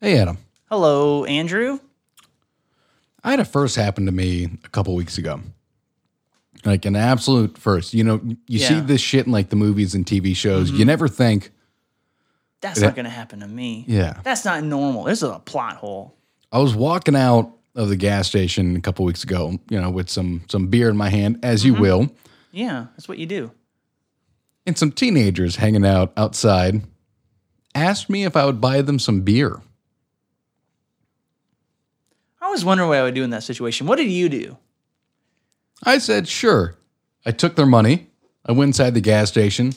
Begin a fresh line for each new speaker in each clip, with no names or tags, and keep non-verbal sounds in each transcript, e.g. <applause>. Hey, Adam.
Hello, Andrew.
I had a first happen to me a couple weeks ago. Like an absolute first. You know, you see
Yeah.
this shit in like the movies and TV shows. You never think,
That's not going to happen to me.
yeah.
That's not normal. This is a plot hole.
I was walking out of the gas station a couple weeks ago, you know, with some some beer in my hand, as you will,
Yeah, that's what you do.
and some teenagers hanging out outside asked me if I would buy them some beer.
I always wonder what I would do in that situation. What did you do?
I said, sure. I took their money. I went inside the gas station.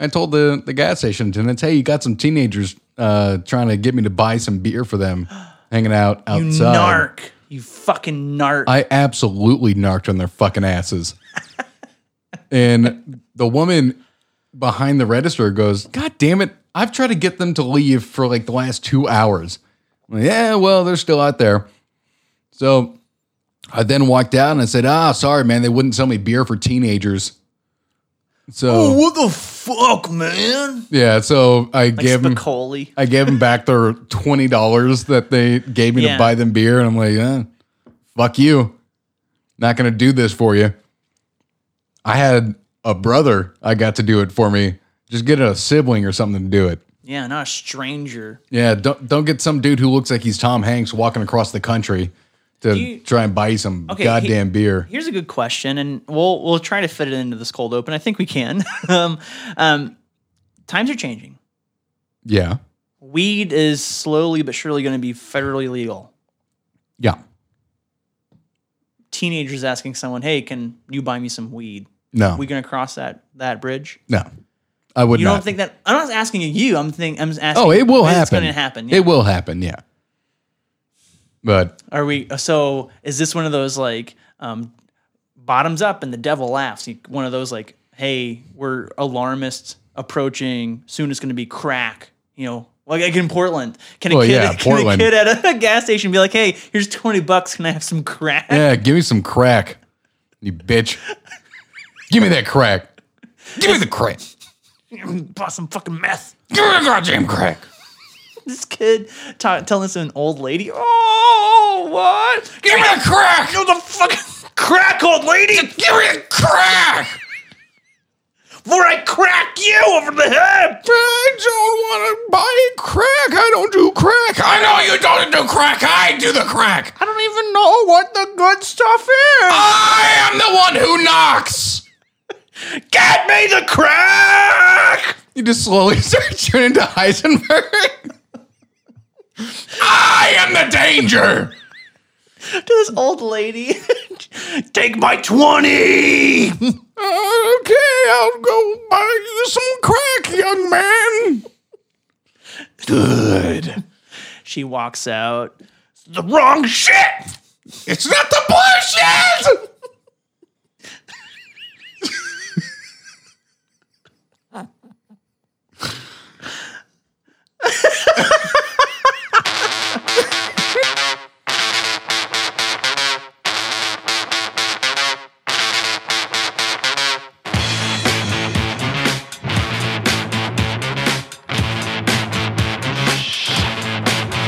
I told the, the gas station attendants, hey, you got some teenagers uh, trying to get me to buy some beer for them <gasps> hanging out
You
outside.
narc. You fucking narc.
uh, I absolutely narked on their fucking asses. <laughs> and the woman behind the register goes, God damn it. I've tried to get them to leave for like the last two hours. I'm like, yeah, well, they're still out there. So I then walked out and I said, Ah, sorry, man. They wouldn't sell me beer for teenagers. So,
Oh, what the fuck, man?
yeah. So I
Like
gave them.
Spicoli.
I gave them back their twenty dollars that they gave me to
Yeah.
buy them beer, and I'm like, eh, "Fuck you, not gonna do this for you." I had a brother I got to do it for me. Just get a sibling or something to do it.
Yeah, not a stranger.
Yeah, don't don't get some dude who looks like he's Tom Hanks walking across the country to
you-
try and buy you some
Okay,
goddamn beer.
Here's a good question, and we'll we'll try to fit it into this cold open. I think we can. <laughs> um, um, times are changing.
Yeah,
Weed is slowly but surely going to be federally legal.
yeah.
Teenagers asking someone, "Hey, can you buy me some weed?"
No,
we going to cross that that bridge?
no, I would
You
not.
don't think that? I'm not asking you. I'm think I'm asking.
oh, it will happen.
It's going to happen. yeah.
It will happen. Yeah, but
Are we? So is this one of those like um, bottoms up and the devil laughs? You- One of those like, hey, we're alarmists approaching. Soon it's going to be crack. You know, like, like in Portland, can a
Well,
kid,
yeah,
<laughs> can
Portland.
a kid at a gas station be like, hey, here's twenty bucks. Can I have some crack?
Yeah, give me some crack, you bitch. give me that crack. Give me the crack.
<laughs> Bought some fucking meth.
Give me the goddamn crack.
This kid ta- telling this to an old lady. Oh, what?
Give me the crack.
You the fucking crack, old lady.
Give me the crack.
Before I crack you over the head.
I don't want to buy crack. I don't do crack. I know you don't do crack. I do the crack.
I don't even know what the good stuff is.
I am the one who knocks.
Get me the crack!
You just slowly <laughs> start turning into Heisenberg. I am the danger.
To this old lady. <laughs> Take my
Okay,
20!
I'll go buy you some crack, young man. Good.
She walks out. It's the wrong shit!
It's not the bullshit.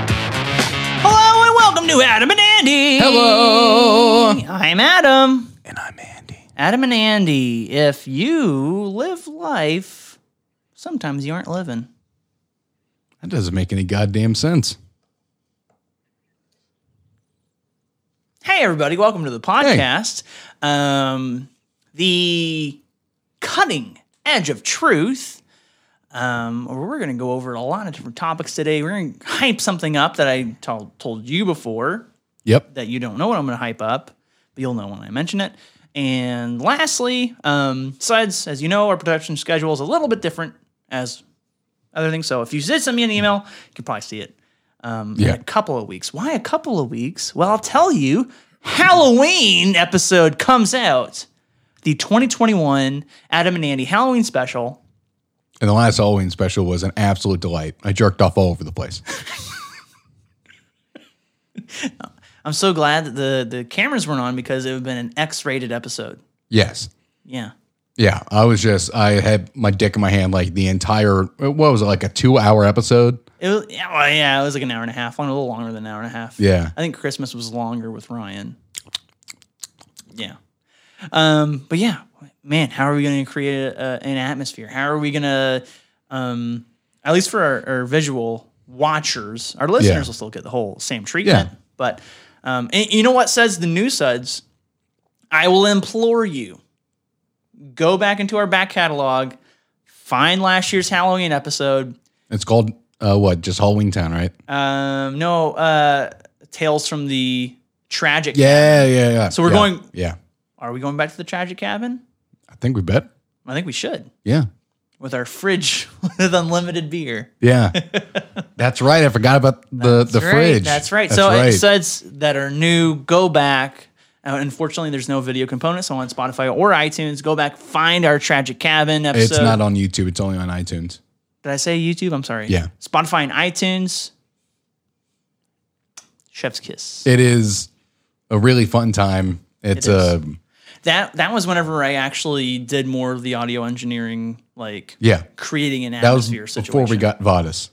Hello and welcome to Adam and Andy!
Hello.
I'm Adam.
And I'm Andy.
Adam and Andy, if you live life, sometimes you aren't living.
That doesn't make any goddamn sense.
Hey, everybody, welcome to the podcast. Um, the cutting edge of truth. Um, we're going to go over a lot of different topics today. We're going to hype something up that I told told you before
Yep.
that you don't know what I'm going to hype up, but you'll know when I mention it. And lastly, um, besides, as you know, our production schedule is a little bit different as other things. So if you did send me an email, you could probably see it um,
Yeah.
in a couple of weeks. Why a couple of weeks? Well, I'll tell you. Halloween episode comes out, the 2021 Adam and Andy Halloween special.
And the last Halloween special was an absolute delight. I jerked off all over the place. <laughs>
I'm so glad that the the cameras weren't on because it would have been an X-rated episode.
Yes.
Yeah.
Yeah, I was just I had my dick in my hand like the entire what was it like a two hour episode?
It was, yeah, well, yeah, it was like an hour and a half, long, a little longer than an hour and a half.
Yeah.
I think Christmas was longer with Ryan. Yeah. Um, but yeah, man, how are we going to create a, an atmosphere? How are we going to, um, at least for our, our visual watchers, our listeners will still get the whole same treatment.
Yeah.
But um, and you know what says the new suds? I will implore you go back into our back catalog, find last year's Halloween episode.
It's called uh, what? Just Halloween Town, right?
Um, no, uh, Tales from the Tragic.
Yeah, yeah, yeah.
So we're
yeah,
going-
Yeah,
Are we going back to the Tragic Cabin?
I think we bet.
I think we should
Yeah,
with our fridge <laughs> with unlimited beer.
yeah. That's right. I forgot about the the
That's right,
fridge.
That's right. so it says that are new. Go back. Uh, unfortunately, there's no video component. So on Spotify or iTunes, go back, find our Tragic Cabin episode.
it's not on YouTube. It's only on iTunes.
Did I say YouTube? I'm sorry.
Yeah.
Spotify and iTunes. Chef's kiss.
It is a really fun time. uh, It's
It is.
a
That that was whenever I actually did more of the audio engineering, like
yeah.
creating an
That was
atmosphere
before
situation.
we got Vadis.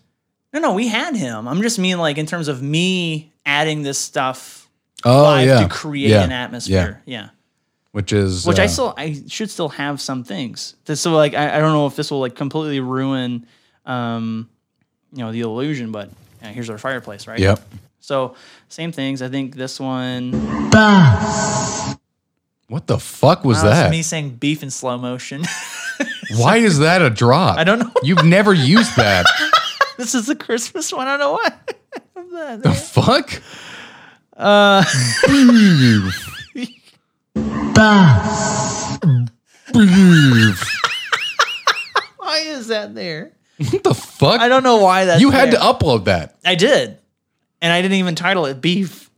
no, no, we had him. I'm just mean like in terms of me adding this stuff
Oh
live
yeah,
to create
Yeah,
an atmosphere. Yeah.
yeah. which is
Which I
uh,
still I should still have some things. This- So like I, I don't know if this will like completely ruin um you know the illusion, but yeah, here's our fireplace, right?
Yep.
So same things. I think this one
What the fuck was
Oh, it's
that?
me saying beef in slow motion. <laughs>
Why is that a drop?
I don't know.
You've never used
<laughs>
that.
this is the Christmas one. I don't know what.
the fuck?
Uh, <laughs> why is that there?
What the fuck?
I don't know why that.
you had to upload that
I did, and I didn't even title it beef.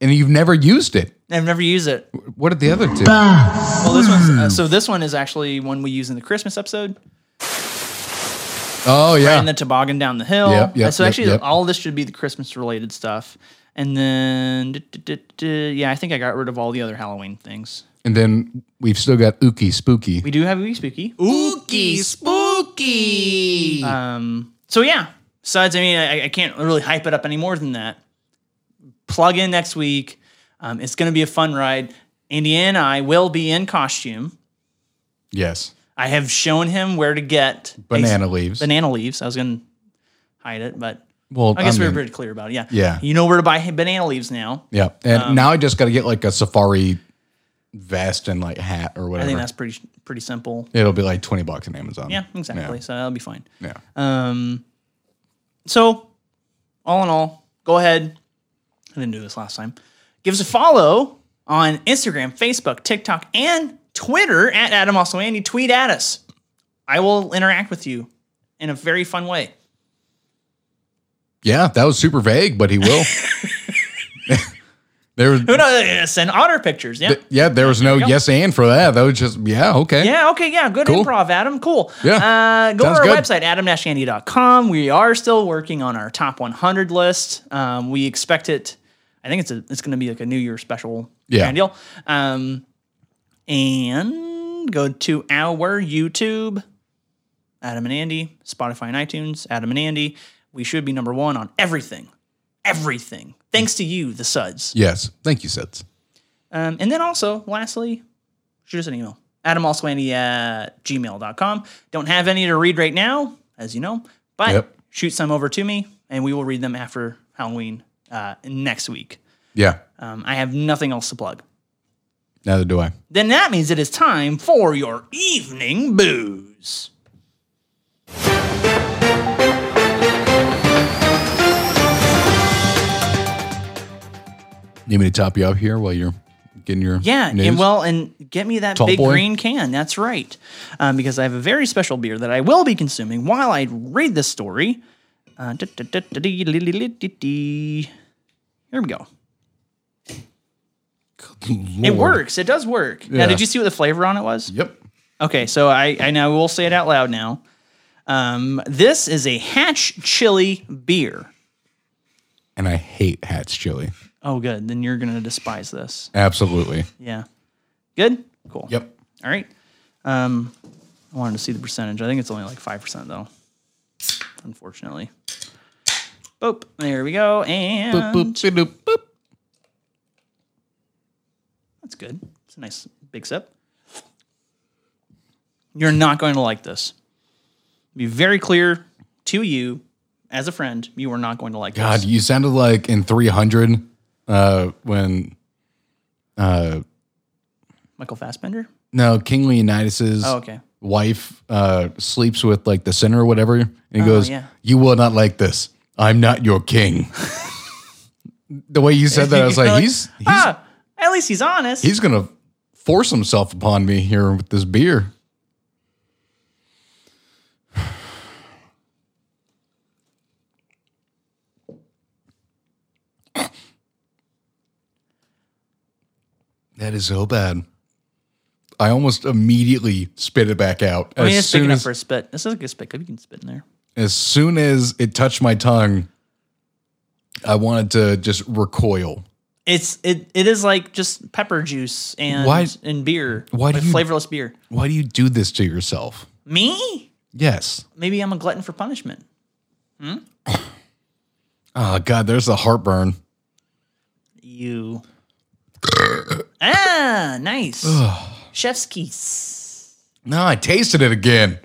and you've never used it.
I've never used it.
What did the other two?
Well, this one's uh, so this one is actually one we use in the Christmas episode
Oh yeah.
and the toboggan down the hill.
Yep, yep,
so
yep,
actually,
yep.
all this should be the Christmas related stuff. And then, duh, duh, duh, duh, yeah, I think I got rid of all the other Halloween things.
and then we've still got Ookie Spooky.
We do have Oogie Spooky. Oogie Spooky. Um. So yeah, suds. I mean, I, I can't really hype it up any more than that. Plug in next week. Um, it's going to be a fun ride. Andy and I will be in costume.
yes.
I have shown him where to get
Banana leaves.
banana leaves. I was going to hide it, but
well,
I guess we were
mean,
pretty clear about it. Yeah.
Yeah.
You know where to buy banana leaves now.
Yeah. And
um,
now I just got to get like a safari vest and like hat or
I
whatever.
think that's pretty pretty simple.
It'll be like 20 bucks on Amazon.
Yeah, exactly. So that'll be fine.
Yeah.
Um, so, all in all, go ahead. I didn't do this last time. Give us a follow on Instagram, Facebook, TikTok, and Twitter at Adam Also Andy. Tweet at us. I will interact with you in a very fun way.
Yeah, that was super vague, but he will.
<laughs>
<laughs> there was
Who knows? Send otter pictures. Yeah.
yeah, there was no yes and for that. That was just yeah, okay.
yeah, okay, yeah, good
Cool.
improv, Adam. Cool.
Yeah.
Uh, go
Sounds
to our
good.
website, adam-andy.com. We are still working on our top 100 list. Um, we expect it, I think it's a, it's going to be like a New Year special
Yeah.
kind of deal. Um, and go to our YouTube, Adam and Andy, Spotify and iTunes, Adam and Andy. We should be number one on everything, everything. Thanks to you, the suds.
Yes. Thank you, Sets.
Um, and then also, lastly, shoot us an email. AdamAlswandy at gmail.com. Don't have any to read right now, as you know, but
Yep.
shoot some over to me and we will read them after Halloween uh, next week.
Yeah.
Um, I have nothing else to plug.
Neither do I.
Then that means it is time for your evening booze.
Need me to top you up here while you're getting your
Yeah,
news?
and well, and get me that
Tall
big
boy?
green can. That's right, um, because I have a very special beer that I will be consuming while I read this story. Uh, da- da- da- da- dee- dee- dee- dee- dee- dee. Here we go. It works. It does work. Now,
Yeah.
did you see what the flavor on it was?
Yep.
Okay, so I I now will say it out loud now. Um, this is a Hatch Chili beer.
And I hate Hatch chili.
Oh, good. Then you're gonna despise this.
Absolutely.
Yeah. Good. Cool.
Yep.
All right. Um, I wanted to see the percentage. I think it's only like 5% though, unfortunately. Boop. There we go. And
Boop, boop, boop, boop.
that's good. It's a nice big sip. You're not going to like this. Be very clear to you as a friend, you are not going to like
God,
this.
you sounded like in 300 uh, when, uh,
Michael Fassbender?
no, King Leonidas's
Oh, okay.
wife uh, sleeps with like the sinner or whatever. And he goes,
Oh, yeah.
You will not like this. I'm not your king. <laughs> the way you said that, I was
<laughs>
like, He's, he's,
ah, at least he's honest.
he's going to force himself upon me here with this beer. That is so bad. I almost immediately spit it back out.
I mean,
as
it's big
soon
enough
as
for a spit. This is a good spit cup. You can spit in there.
as soon as it touched my tongue, I wanted to just recoil.
It's it it is like just pepper juice and
Why-
and beer.
why do
like
you-
flavorless beer?
Why do you do this to yourself?
Me?
Yes.
Maybe I'm a glutton for punishment.
Oh God, there's the heartburn.
You. ah, nice. Chef's kiss. <laughs>
No, I tasted it again.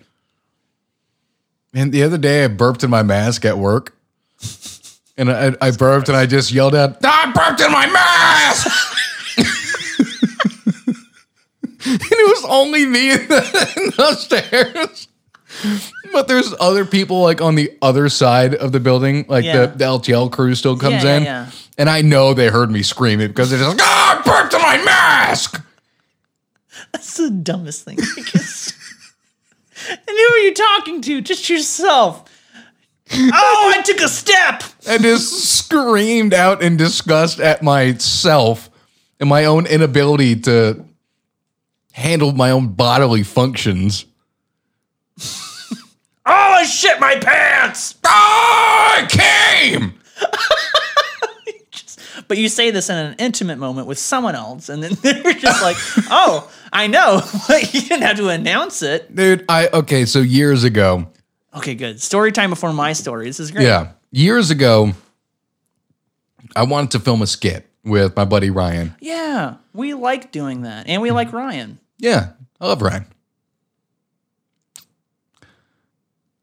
And the other day I burped in my mask at work. And I, I burped and I just yelled out, I burped in my mask. <laughs> and it was only me <laughs> in the, in the stairs. But there's other people like on the other side of the building, like
Yeah.
the, the LTL crew still comes
yeah,
in.
yeah.
And I know they heard me scream it because they're just like, ah, I burped in my mask.
That's the dumbest thing. I guess. <laughs> and who are you talking to? Just yourself. oh, I took a step.
and just screamed out in disgust at myself and my own inability to handle my own bodily functions.
Oh, I shit my pants. Ah,
I came.
But you say this in an intimate moment with someone else, and then <laughs> they're just like, "Oh, I know," <laughs> but you didn't have to announce it.
Dude, I okay, so years ago.
Okay, good. Story time before my story. This is great.
Yeah. Years ago, I wanted to film a skit with my buddy Ryan.
Yeah, we like doing that, and
Mm-hmm.
we like Ryan.
Yeah, I love Ryan.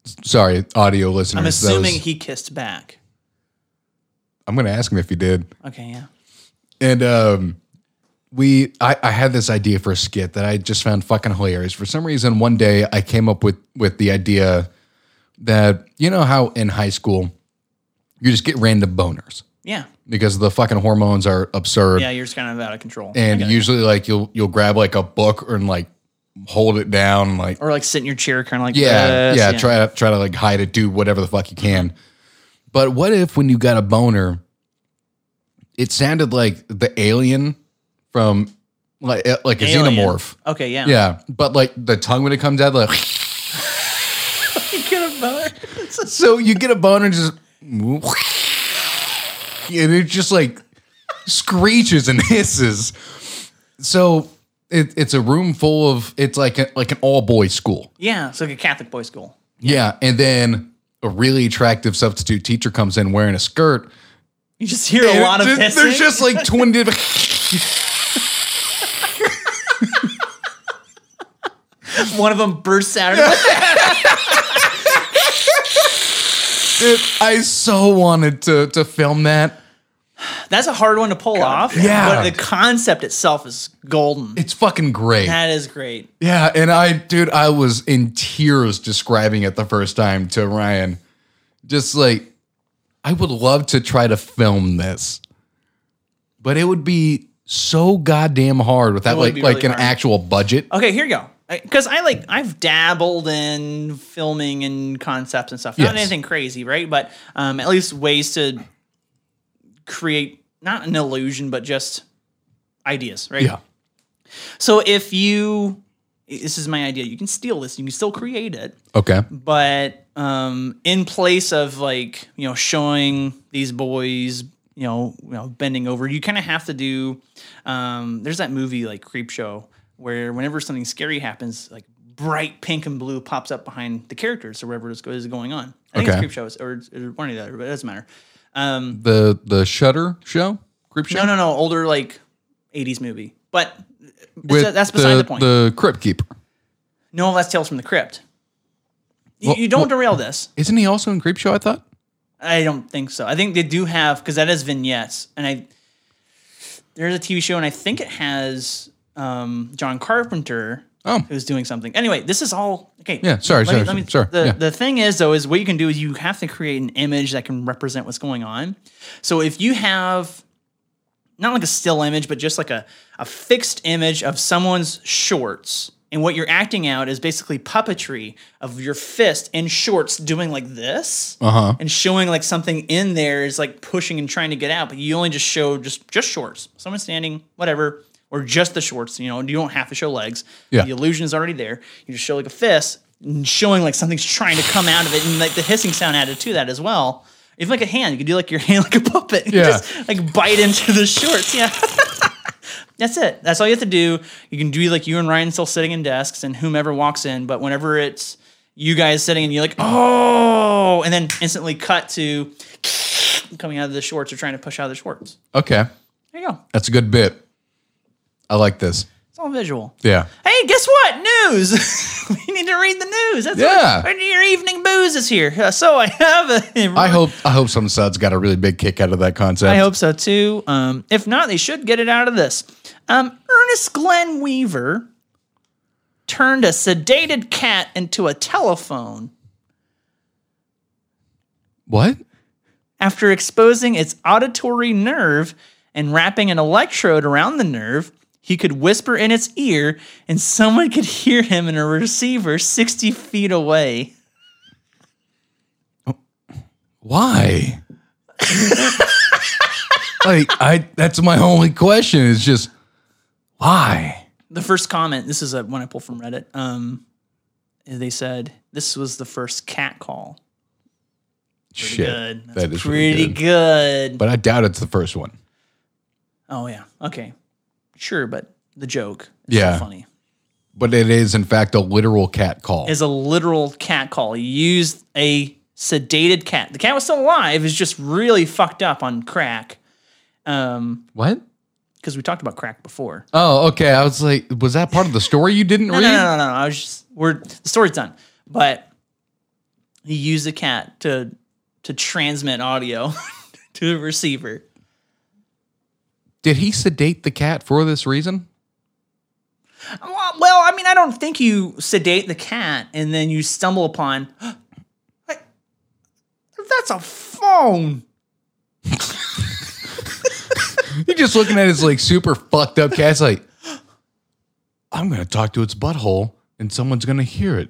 S- Sorry, audio listeners.
I'm
that was-
assuming he kissed back.
I'm going to ask him if he did.
Okay, yeah.
And um, we, I, I had this idea for a skit that I just found fucking hilarious. For some reason, one day I came up with with the idea that you know how in high school you just get random boners
Yeah.
because the fucking hormones are absurd,
Yeah, you're just kind of out of control.
and usually like you'll you'll grab like a book and like hold it down and, like
or like sit in your chair, kind of like
yeah,
this.
yeah, Try to try to like hide it, do whatever the fuck you can. But what if when you got a boner, it sounded like the alien from like uh, like a
Alien.
xenomorph.
Okay, yeah.
Yeah, but like the tongue when it comes out, like <laughs>
You <laughs> get a boner.
so you get a boner and just and it just like screeches and <laughs> hisses. So it, it's a room full of it's like a, like an all boys school.
yeah, it's like a Catholic boys' school.
Yeah, and then a really attractive substitute teacher comes in wearing a skirt.
You just hear a
And
lot of
th-
hissing.
There's just like twin. diff-
one of them bursts out. Of
Dude, I so wanted to to film that.
That's a hard one to pull off.
Yeah.
but the concept itself is golden.
It's fucking great.
That is great.
Yeah, and I, dude, I was in tears describing it the first time to Ryan. Just like, I would love to try to film this, but it would be so goddamn hard without
would
like
be
like
really
an
hard.
actual budget.
Okay, here you go. Because I, like I've dabbled in filming and concepts and stuff. Not
Yes.
anything crazy, right? But um, at least ways to create not an illusion, but just ideas, right?
Yeah,
So if you, this is my idea. You can steal this. You can still create it,
okay,
but um, in place of like you know showing these boys, you know, you know bending over, you kind of have to do. Um, there's that movie like Creep Show where whenever something scary happens, like bright pink and blue pops up behind the characters or whatever is go- is going on. I think
Okay.
it's Creepshow or, it's- or one of the other, but it doesn't matter. Um,
The the Shutter show, Crypt show.
no, no, no, older like '80s movie, but
With
that's- that's beside the, point.
The Crypt Keeper.
no, that's Tales from the Crypt. You,
Well-
you don't derail this.
Isn't he also in Creep Show? I thought.
I don't think so. I think they do have because that is vignettes, and I there's a TV show, and I think it has um, John Carpenter
Oh.
who's doing something. Anyway, this is all okay.
Yeah, sorry,
let
sorry,
me- let me-
sorry,
The
yeah.
the thing is though is what you can do is you have to create an image that can represent what's going on. So if you have not like a still image, but just like a, a fixed image of someone's shorts. And what you're acting out is basically puppetry of your fist in shorts doing like this
Uh huh.
and showing like something in there is like pushing and trying to get out, but you only just show just just shorts. Someone standing, whatever, or just the shorts. You know, you don't have to show legs.
Yeah.
The illusion is already there. You just show like a fist, and showing like something's trying to come out of it, and like the hissing sound added to that as well. Even like a hand, you could do like your <laughs> hand like a puppet. You
Yeah.
<laughs> Just like bite into the shorts. Yeah. <laughs> That's it. That's all you have to do. You can do like you and Ryan still sitting in desks and whomever walks in, but whenever it's you guys sitting and you're like, oh, and then instantly cut to <sniffs> coming out of the shorts or trying to push out of the shorts.
Okay,
There you go.
that's a good bit. I like this.
It's all visual.
Yeah.
Hey, guess what? News. <laughs> we need to read the news. That's
Yeah.
what, your evening booze is here. Uh, So I have a.
I hope I hope some suds got a really big kick out of that concept.
I hope so too. Um, if not, they should get it out of this. Um, Ernest Glenn Weaver turned a sedated cat into a telephone
What?
after exposing its auditory nerve and wrapping an electrode around the nerve. He could whisper in its ear, and someone could hear him in a receiver sixty feet away.
Why? <laughs> like I that's my only question is just why?
the first comment this is a one i pulled from reddit um they said this was the first cat call
Shit.
good that's
that is
pretty
really good.
good.
But I doubt it's the first one.
oh yeah okay sure but the joke is
Yeah.
so funny
But it is in fact a literal cat call.
is a literal cat call he used a sedated cat the cat was still alive is just really fucked up on crack um
what?
because we talked about crack before
Oh, okay. I was like, was that part of the story Oh, you didn't read?
No, no, no, no, no. I was just we're the story's done, but he used a cat to to transmit audio <laughs> to the receiver.
Did he sedate the cat for this reason?
Well, well, I mean, I don't think you sedate the cat and then you stumble upon. <gasps> Like, That's a phone.
You're just looking at his like super fucked up cat. It's like, I'm gonna talk to its butthole and someone's gonna hear it.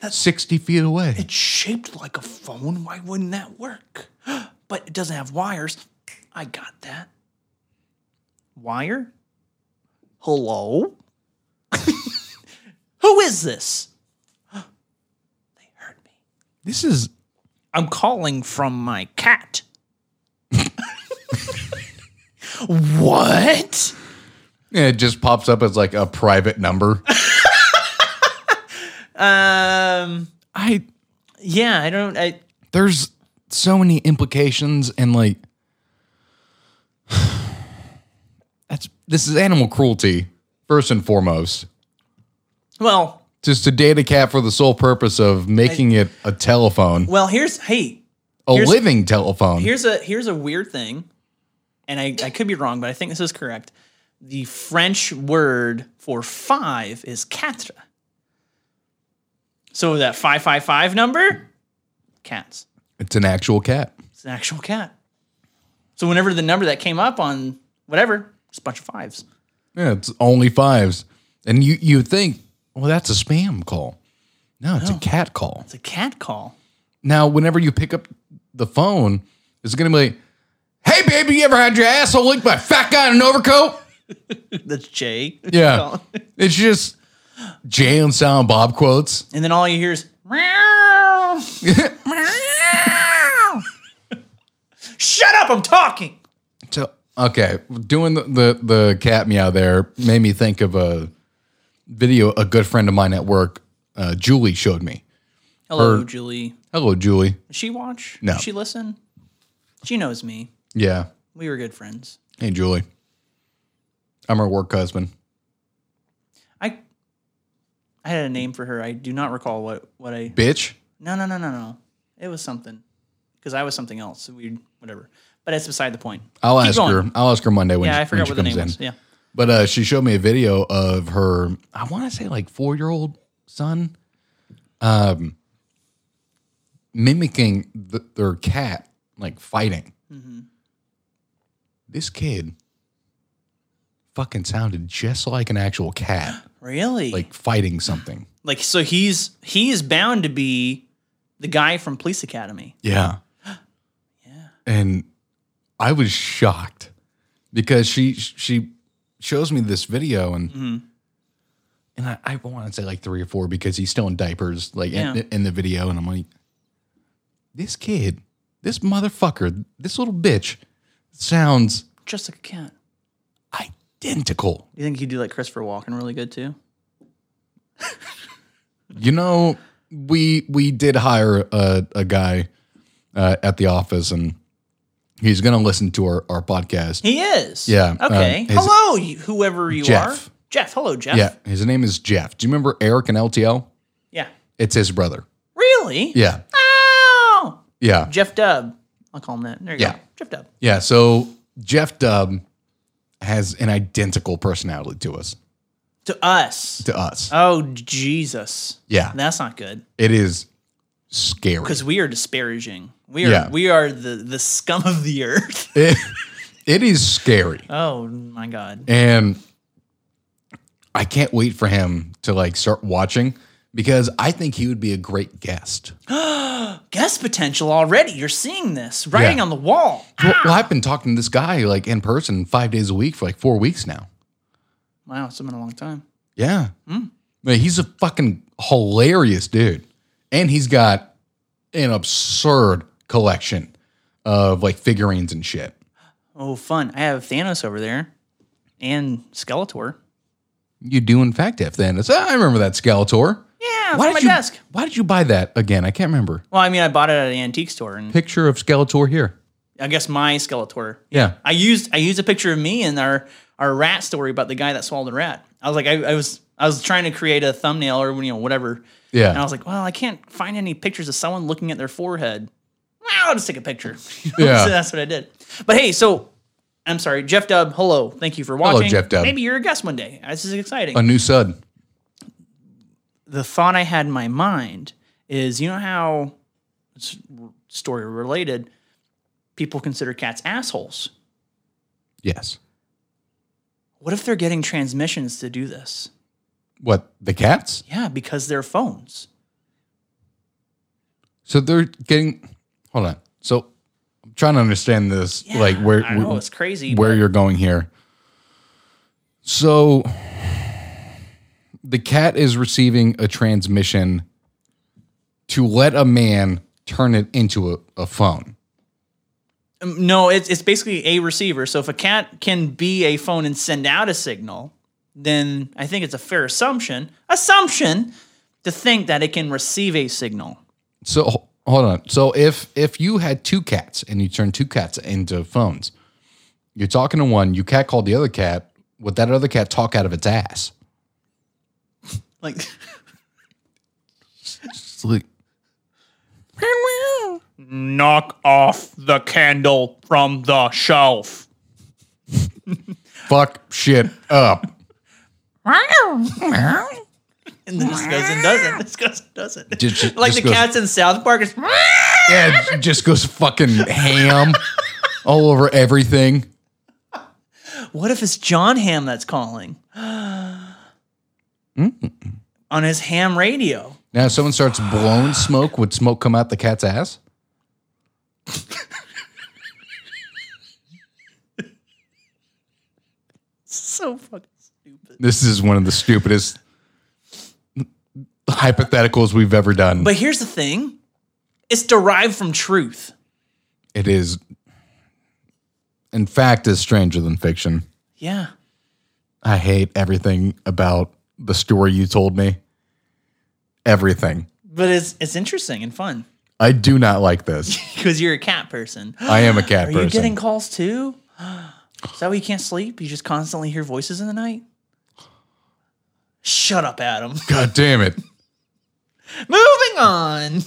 That's sixty feet away.
It's shaped like a phone. Why wouldn't that work? <gasps> But it doesn't have wires. I got that. Wire? Hello? <laughs> Who is this? <gasps> they heard me.
This is
I'm calling from my cat. <laughs> what?
Yeah, it just pops up as like a private number.
Um
I
yeah, I don't I
there's so many implications and like <sighs> that's this is animal cruelty first and foremost.
well,
Just to date a cat for the sole purpose of making it a telephone,
well, here's hey,
a
here's-
living telephone.
Here's a here's a weird thing, and I, I could be wrong, but I think this is correct. The French word for five is quatre. So that five five five number, cats.
It's an actual cat.
It's an actual cat. So whenever the number that came up on whatever, it's a bunch of fives.
Yeah, it's only fives. And you you think, well, that's a spam call. No, it's a cat call.
It's a cat call. <laughs>
Now, whenever you pick up the phone, it's gonna be like, "Hey, baby, you ever had your asshole licked by a fat guy in an overcoat?"
That's Jay.
Yeah, <laughs> it's just Jay and Silent Bob quotes.
And then all you hear is meow. meow. Shut up! I'm talking.
So, okay, doing the, the the cat meow there made me think of a video a good friend of mine at work, uh, Julie, showed me.
Hello, Julie.
Hello, Julie.
Does she watch?
No.
Does she listen? She knows me.
Yeah.
We were good friends.
Hey, Julie. I'm her work husband.
I I had a name for her. I do not recall what what I.
Bitch.
No, no, no, no, no. It was something because I was something else. We whatever. But it's beside the point.
I'll
Keep
ask
going.
her. I'll ask her Monday Uh, when,
Yeah,
she,
I
when
forgot
she
what the
comes
name
in.
was. Yeah.
But uh, she showed me a video of her. I want to say like four year old son, um, mimicking th their cat like fighting.
Mm-hmm.
This kid fucking sounded just like an actual cat,
Really?
like fighting something.
like so he's he is bound to be the guy from Police Academy.
Yeah. yeah. And I was shocked because she she shows me this video and and I, I want to say like three or four because he's still in diapers like
Yeah.
in, in the video and I'm like this kid this motherfucker this little bitch sounds
Just like a cat.
identical
You think he'd do like Christopher Walken really good too?
You know, we we did hire a, a guy uh, at the office, and he's going to listen to our, our podcast.
He is.
Yeah,
Okay.
um, his-
hello, you, whoever you
Jeff.
are. Jeff. Hello, Jeff.
Yeah, his name is Jeff. Do you remember Eric and LTL?
Yeah.
It's his brother.
Really?
Yeah,
Oh.
yeah,
Jeff Dub. I'll call him that. There you
Yeah.
go. Jeff Dub.
yeah. So Jeff Dub has an identical personality to us.
To us.
To us,
Oh Jesus.
yeah,
That's not good.
it is scary.
Because we are disparaging. We are
Yeah.
we are the, the scum of the earth. <laughs>
It- <laughs> it is scary.
oh my god.
and I can't wait for him to like start watching because I think he would be a great guest.
Guest potential already. You're seeing this. Writing
Yeah.
on the wall.
Well, well, I've been talking to this guy like in person five days a week for like four weeks now.
Wow, it's been a long time.
Yeah,
Hmm.
Man, he's a fucking hilarious dude, and he's got an absurd collection of like figurines and shit.
Oh fun. I have Thanos over there. And Skeletor.
You do in fact have Thanos. Ah, I remember that Skeletor.
Yeah,
Why
from
did
my
you?
desk.
Why did you buy that again? I can't remember.
Well, I mean I bought it at an antique store and
Picture of Skeletor here.
I guess my Skeletor.
Yeah.
I used I used a picture of me in our our rat story about the guy that swallowed a rat. I was like I, I was I was trying to create a thumbnail or you know whatever.
Yeah.
And I was like, well, I can't find any pictures of someone looking at their forehead. Well, I'll just take a picture. <laughs> You know,
Yeah.
so that's what I did. But hey, so I'm sorry, Jeff Dub. Hello, thank you for watching.
Jeff Dubb.
Maybe you're a guest one day. This is exciting.
a new sud.
the thought I had in my mind is, you know how it's r- story related. People consider cats assholes.
Yes.
What if they're getting transmissions to do this?
What the cats?
Yeah, because they're phones.
So they're getting. Hold on. So I'm trying to understand this,
Yeah,
like where
I know it's crazy.
where
but-
you're going here. So the cat is receiving a transmission to let a man turn it into a, a phone.
Um, no, it's it's basically a receiver. So if a cat can be a phone and send out a signal, then I think it's a fair assumption assumption to think that it can receive a signal.
So h- hold on. So if if you had two cats and you turned two cats into phones, you're talking to one. You cat called the other cat. Would that other cat talk out of its ass?
Like <laughs>
It's like,
knock off the candle from the shelf.
fuck shit up. <laughs>
And then just goes and does it. <laughs> Just goes and does it.
Just- just-
like
just
the
goes-
cats in South Park is
Yeah, it just goes fucking ham all over everything.
<gasps> What if it's John Ham that's calling? On his ham radio.
Now, if someone starts blowing smoke, would smoke come out the cat's ass?
So fucking stupid.
This is one of the stupidest hypotheticals we've ever done.
But here's the thing it's derived from truth.
it is, in fact, is stranger than fiction.
Yeah.
I hate everything about the story you told me. Everything.
But it's it's interesting and fun
I do not like this.
because you're a cat person. <gasps> Are
I am
<laughs>
a cat
you
person.
getting calls too? <gasps> Is that why you can't sleep? You just constantly hear voices in the night? Shut up, Adam. <laughs>
God damn it.
Moving on.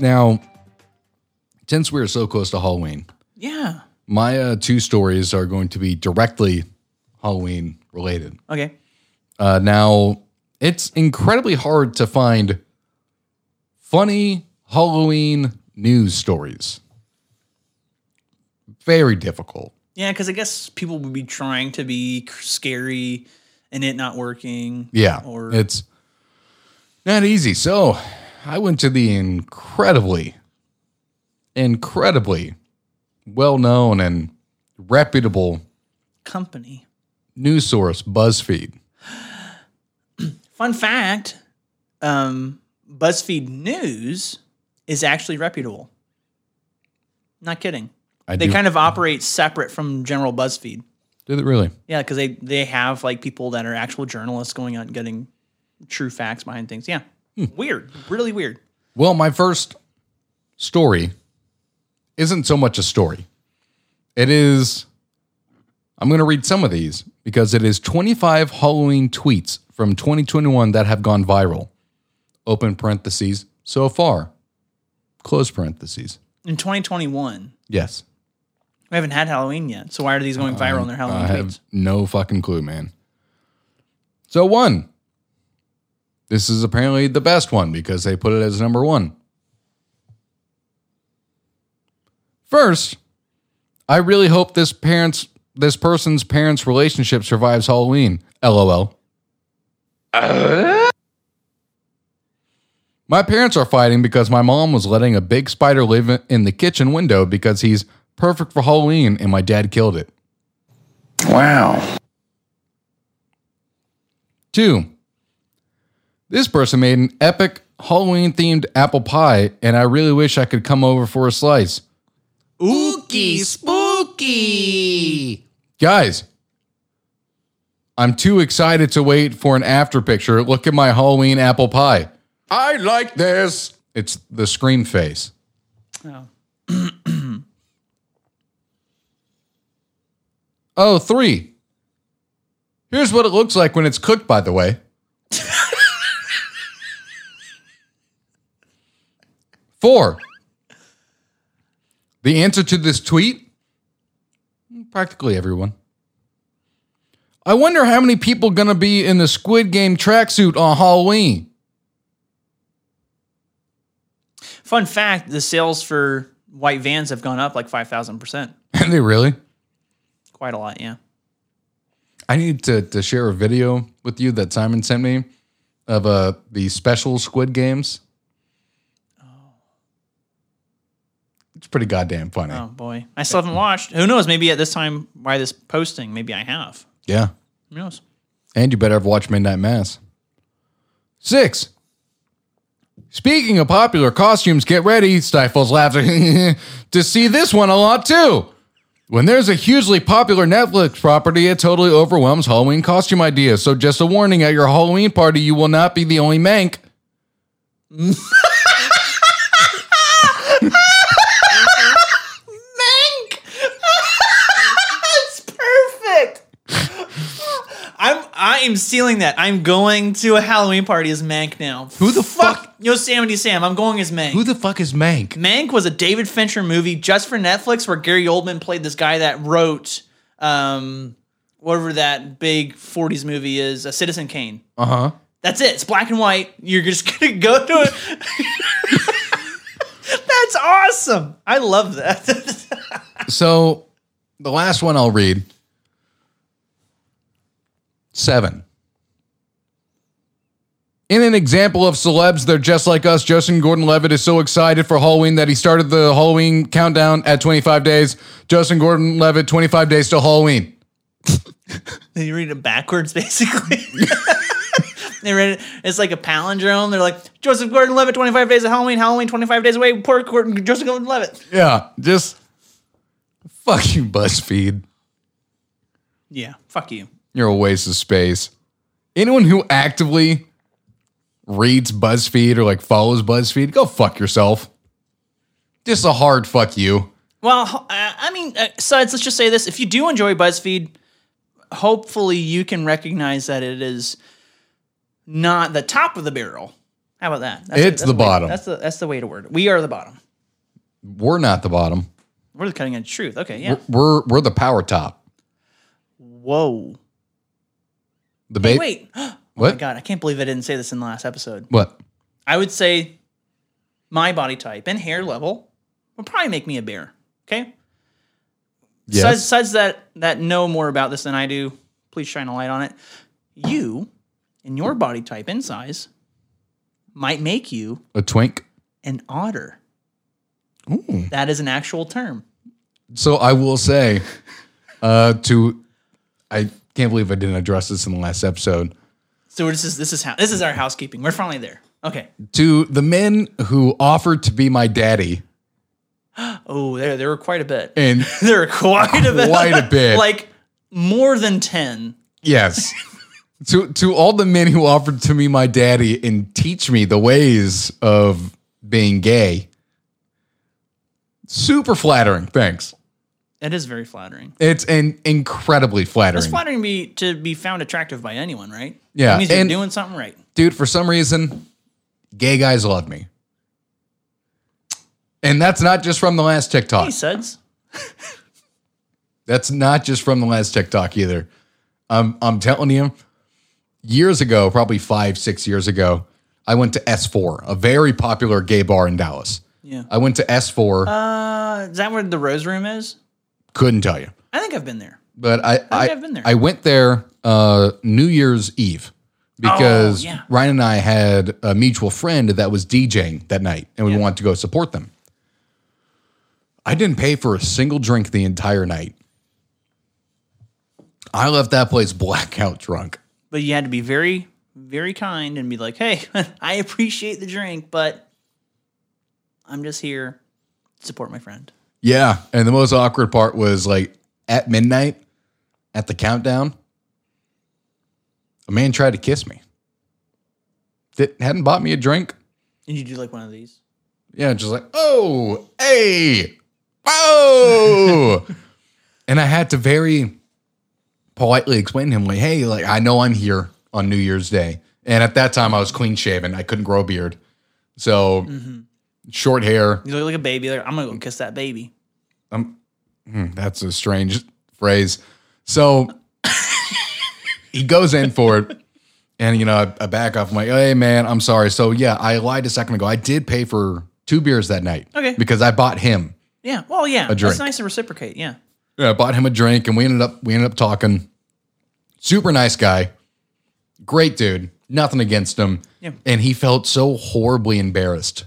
Now, since we're so close to Halloween,
Yeah.
my uh, two stories are going to be directly Halloween related.
Okay.
Uh, now, it's incredibly hard to find funny Halloween news stories. Very difficult.
Yeah, because I guess people would be trying to be c- scary and it not working.
Yeah.
Or-
it's not easy. So I went to the incredibly, incredibly well known and reputable
Company.
news source, BuzzFeed.
Fun fact um, BuzzFeed News is actually reputable. Not kidding.
I
They
do,
kind of operate separate from general BuzzFeed.
did it really.
Yeah, because they, they have like people that are actual journalists going out and getting true facts behind things. Yeah.
Hmm.
Weird. Really weird.
Well, my first story isn't so much a story. It is, I'm going to read some of these because it is 25 Halloween tweets from 2021 that have gone viral. Open parentheses, so far. Close parentheses.
In 2021,
Yes.
we haven't had Halloween yet. So why are these going viral in their Halloween
Um, I
tweets?
have no fucking clue, man. So, one. This is apparently the best one because they put it as number one. First, I really hope this parents this person's parents' relationship survives Halloween. LOL. My parents are fighting because my mom was letting a big spider live in- in the kitchen window because he's perfect for Halloween and my dad killed it. Two, this person made an epic Halloween themed apple pie, and I really wish I could come over for a slice.
Ookie
spooky. Guys, I'm too excited to wait for an after picture. Look at my Halloween apple pie. I like this. It's the scream face.
Oh.
Oh, three. Here's what it looks like when it's cooked, by the way. Four. The answer to this tweet? Practically everyone. I wonder how many people gonna be in the Squid Game tracksuit on Halloween. <laughs>
Fun fact the sales for white vans have gone up like 5,000%.
Are they really?
Quite a lot, yeah.
I need to, to share a video with you that Simon sent me of uh, the special Squid Games. Oh. It's pretty goddamn funny.
Oh, boy. I still haven't watched. Who knows? Maybe at this time, by this posting, maybe I have.
Yeah.
Who knows?
And you better have watched Midnight Mass. Six. Speaking of popular costumes, get ready, stifles laughter, <laughs> to see this one a lot too. When there's a hugely popular Netflix property, it totally overwhelms Halloween costume ideas. So, just a warning at your Halloween party, you will not be the only Mank.
Mank! That's perfect! I'm I am sealing that. I'm going to a Halloween party as Mank now.
Who the fuck-
Yosemite Sam, I'm going as Mank.
Who the fuck is Mank?
Mank was a David Fincher movie just for Netflix where Gary Oldman played this guy that wrote um, whatever that big 40s movie is, a Citizen Kane.
Uh huh.
That's it. It's black and white. You're just <laughs> going to go to it. <laughs> That's awesome. I love that. <laughs>
So, the last one I'll read. Seven. In an example of celebs, they're just like us. Justin Gordon Levitt is so excited for Halloween that he started the Halloween countdown at 25 days. Justin Gordon Levitt, 25 days to Halloween.
you read it backwards, basically. <laughs> they read it. It's like a palindrome. They're like, Joseph Gordon Levitt, 25 days of Halloween, Halloween, 25 days away, poor Gordon, Joseph Gordon Levitt.
Yeah, just Fuck you, BuzzFeed.
Yeah, fuck you.
You're a waste of space. Anyone who actively reads BuzzFeed or like follows BuzzFeed, go fuck yourself. Just a hard fuck you.
Well, ho- uh, I mean, uh, sides. Let's just say this: if you do enjoy BuzzFeed, hopefully you can recognize that it is not the top of the barrel. How about that? That's
It's the
way-
bottom.
that's the that's the way to word it. We are the bottom.
We're not the bottom.
We're the cutting edge truth. Okay, yeah.
We're we're the power top.
Whoa.
The bait.
Wait. <gasps> Oh
what?
my god, I can't believe I didn't say this in the last episode.
What?
I would say my body type and hair level would probably make me a bear. Okay.
Yes.
Besides, besides that that know more about this than I do, please shine a light on it. You and your body type and size might make you
a twink.
an otter. That is an actual term.
So I will say, uh, to I can't believe I didn't address this in the last episode.
So this is this is how this is our housekeeping. We're finally there. Okay.
To the men who offered to be my daddy
Oh, there there were quite a bit. <laughs>
and
There are quite a bit.
Quite a bit.
like more than 10.
Yes. to to all the men who offered to me my daddy and teach me the ways of being gay. Super flattering. Thanks.
It is very flattering.
It's an incredibly flattering.
It's flattering to be, to be found attractive by anyone, right?
Yeah,
It means you're
and-
doing something right.
Dude, for some reason, gay guys love me. And that's not just from the last
Hey,
TikTok.
suds.
That's not just from the last TikTok either. I'm I'm telling you, years ago, probably five, six years ago, I went to S4, a very popular gay bar in Dallas.
Yeah.
I went to S4,
Uh, is that where the Rose Room is?
couldn't tell you.
I think I've been there.
But I I,
I've been there.
I went there uh, New Year's Eve because
Oh, yeah.
Ryan and I had a mutual friend that was DJing that night and we wanted to go support them. I didn't pay for a single drink the entire night. I left that place blackout drunk.
But you had to be very, very kind and be like, hey, <laughs> I appreciate the drink, but I'm just here to support my friend.
Yeah. And the most awkward part was like at midnight at the countdown, a man tried to kiss me. That hadn't bought me a drink.
And you do like one of these.
Yeah, just like, oh, hey, oh. and I had to very politely explain to him, like, hey, like, I know I'm here on New Year's Day. And at that time, I was clean shaven. I couldn't grow a beard. So short hair.
You look like a baby. Like, I'm going to go kiss that baby.
Hmm, That's a strange phrase. So <coughs> he goes in for it. And, you know, I, I back off. I'm like, hey, man, I'm sorry. So, yeah, I lied a second ago. I did pay for two beers that night.
Okay.
Because I bought him.
Yeah. Well, yeah.
drink.
That's nice to reciprocate. Yeah.
Yeah, I bought him a drink and we ended up we ended up talking. Super nice guy. Great dude. Nothing against him.
Yeah.
And he felt so horribly embarrassed.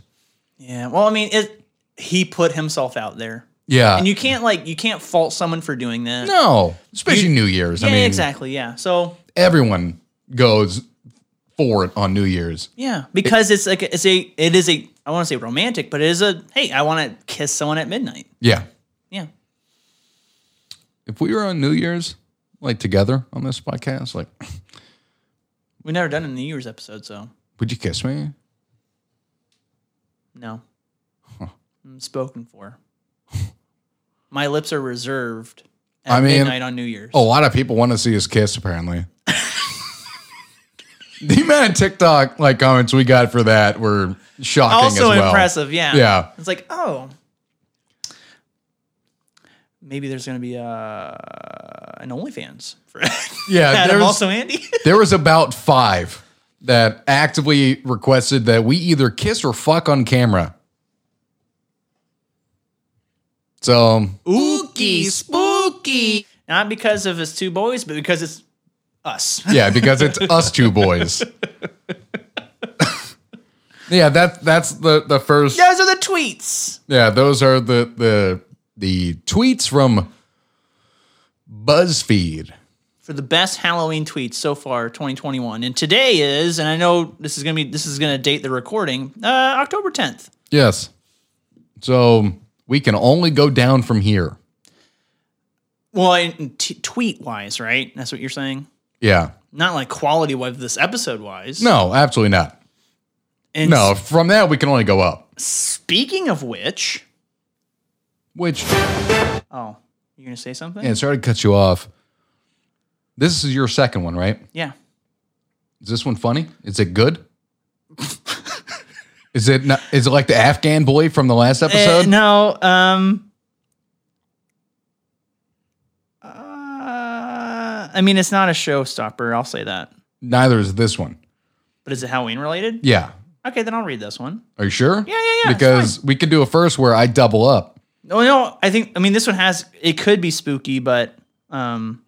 Yeah. Well, I mean, it, he put himself out there.
Yeah.
And you can't like you can't fault someone for doing that.
no. Especially New Year's.
yeah,
I mean
exactly. Yeah. So
everyone goes for it on New Year's.
yeah, because it's like a- it's a it is a I want to say romantic, but it is a hey I want to kiss someone at midnight.
Yeah.
Yeah.
If we were on New Year's, like together on this podcast, like,
We've never done a New Year's episode, so
would you kiss me?
no. I'm spoken
<laughs>
for. My lips are reserved at
I mean- oh,
midnight on New Year's.
A lot of people want to see us kiss, apparently. <laughs> the amount of TikTok like comments we got for that were shocking
also
as well.
impressive. Yeah.
Yeah.
It's like oh. Maybe there's going to be uh, an OnlyFans for <laughs>
Yeah,
Adam,
Uh, there's,
also Andy. <laughs>
there was about five that actively requested that we either kiss or fuck on camera. So
Ookie spooky. Not because of his two boys, but because it's
<laughs>
us.
yeah, because it's us two boys. <laughs> yeah, that that's the the first.
Those are the tweets.
Yeah, those are the the the tweets from BuzzFeed.
For the best Halloween tweets so far, 2021. And today is, and I know this is gonna be this is gonna date the recording, uh, October 10th.
Yes. So we can only go down from here.
Well, in t- tweet wise, right? That's what you're saying.
Yeah.
Not like quality wise, this episode wise.
No, absolutely not.
And
No, from that we can only go up.
Speaking of which,
Which and
oh, you're gonna say something?
sorry to cut you off. This is your second one, right?
yeah.
Is this one funny? Is it
<laughs>
good? is it not, is it like the Afghan boy from the last
Uh,
episode?
no, um, uh, I mean, it's not a showstopper. I'll say that.
Neither is this one.
But is it Halloween related?
Yeah.
Okay, then I'll read this one.
Are you sure?
Yeah, yeah, yeah. it's fine.
Because we could do a first where I double up.
no, no, I think I mean this one has it could be spooky, but um,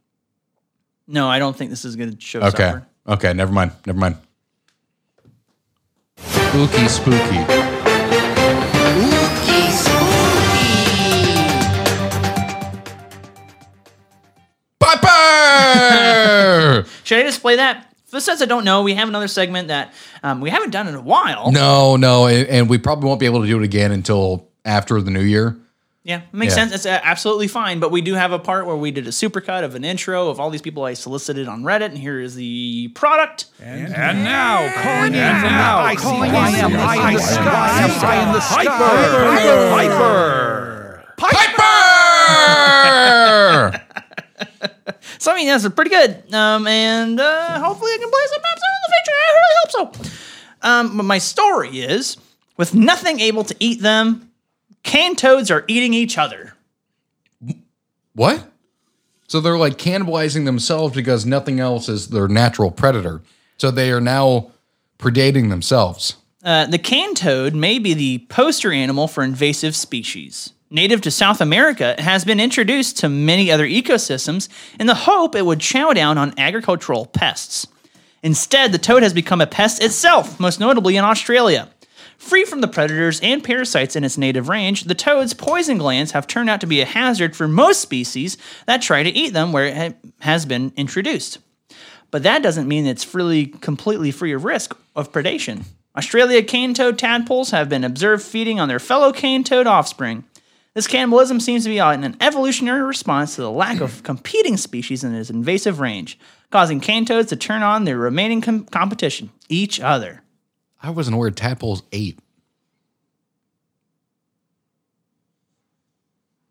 no, I don't think this is a good showstopper.
Okay. Okay. Never mind. Never mind. Spooky, spooky. Piper! <laughs>
Should I just play that? For those I don't know, we have another segment that um, we haven't done in a while.
no, no, and, and we probably won't be able to do it again until after the new year.
Yeah, it makes
Yeah.
sense. It's uh, absolutely fine. But we do have a part where we did a supercut of an intro of all these people I solicited on Reddit, and here is the product.
And now, calling in from now, I see
calling in from
I
the sky.
in the sky.
Piper!
So I mean, that's pretty good. Um, and uh, hopefully I can play some maps in the future. I really hope so. Um, but my story is with nothing able to eat them, canned toads are eating each other.
<laughs> what? So they're like cannibalizing themselves because nothing else is their natural predator. So they are now predating themselves.
Uh, the cane toad may be the poster animal for invasive species. Native to South America, it has been introduced to many other ecosystems in the hope it would chow down on agricultural pests. Instead, the toad has become a pest itself, most notably in Australia. Free from the predators and parasites in its native range, the toad's poison glands have turned out to be a hazard for most species that try to eat them where it ha- has been introduced but that doesn't mean it's really completely free of risk of predation. Australia cane toad tadpoles have been observed feeding on their fellow cane toad offspring. This cannibalism seems to be an evolutionary response to the lack <clears throat> of competing species in its invasive range, causing cane toads to turn on their remaining com- competition, each other.
I wasn't aware tadpoles ate.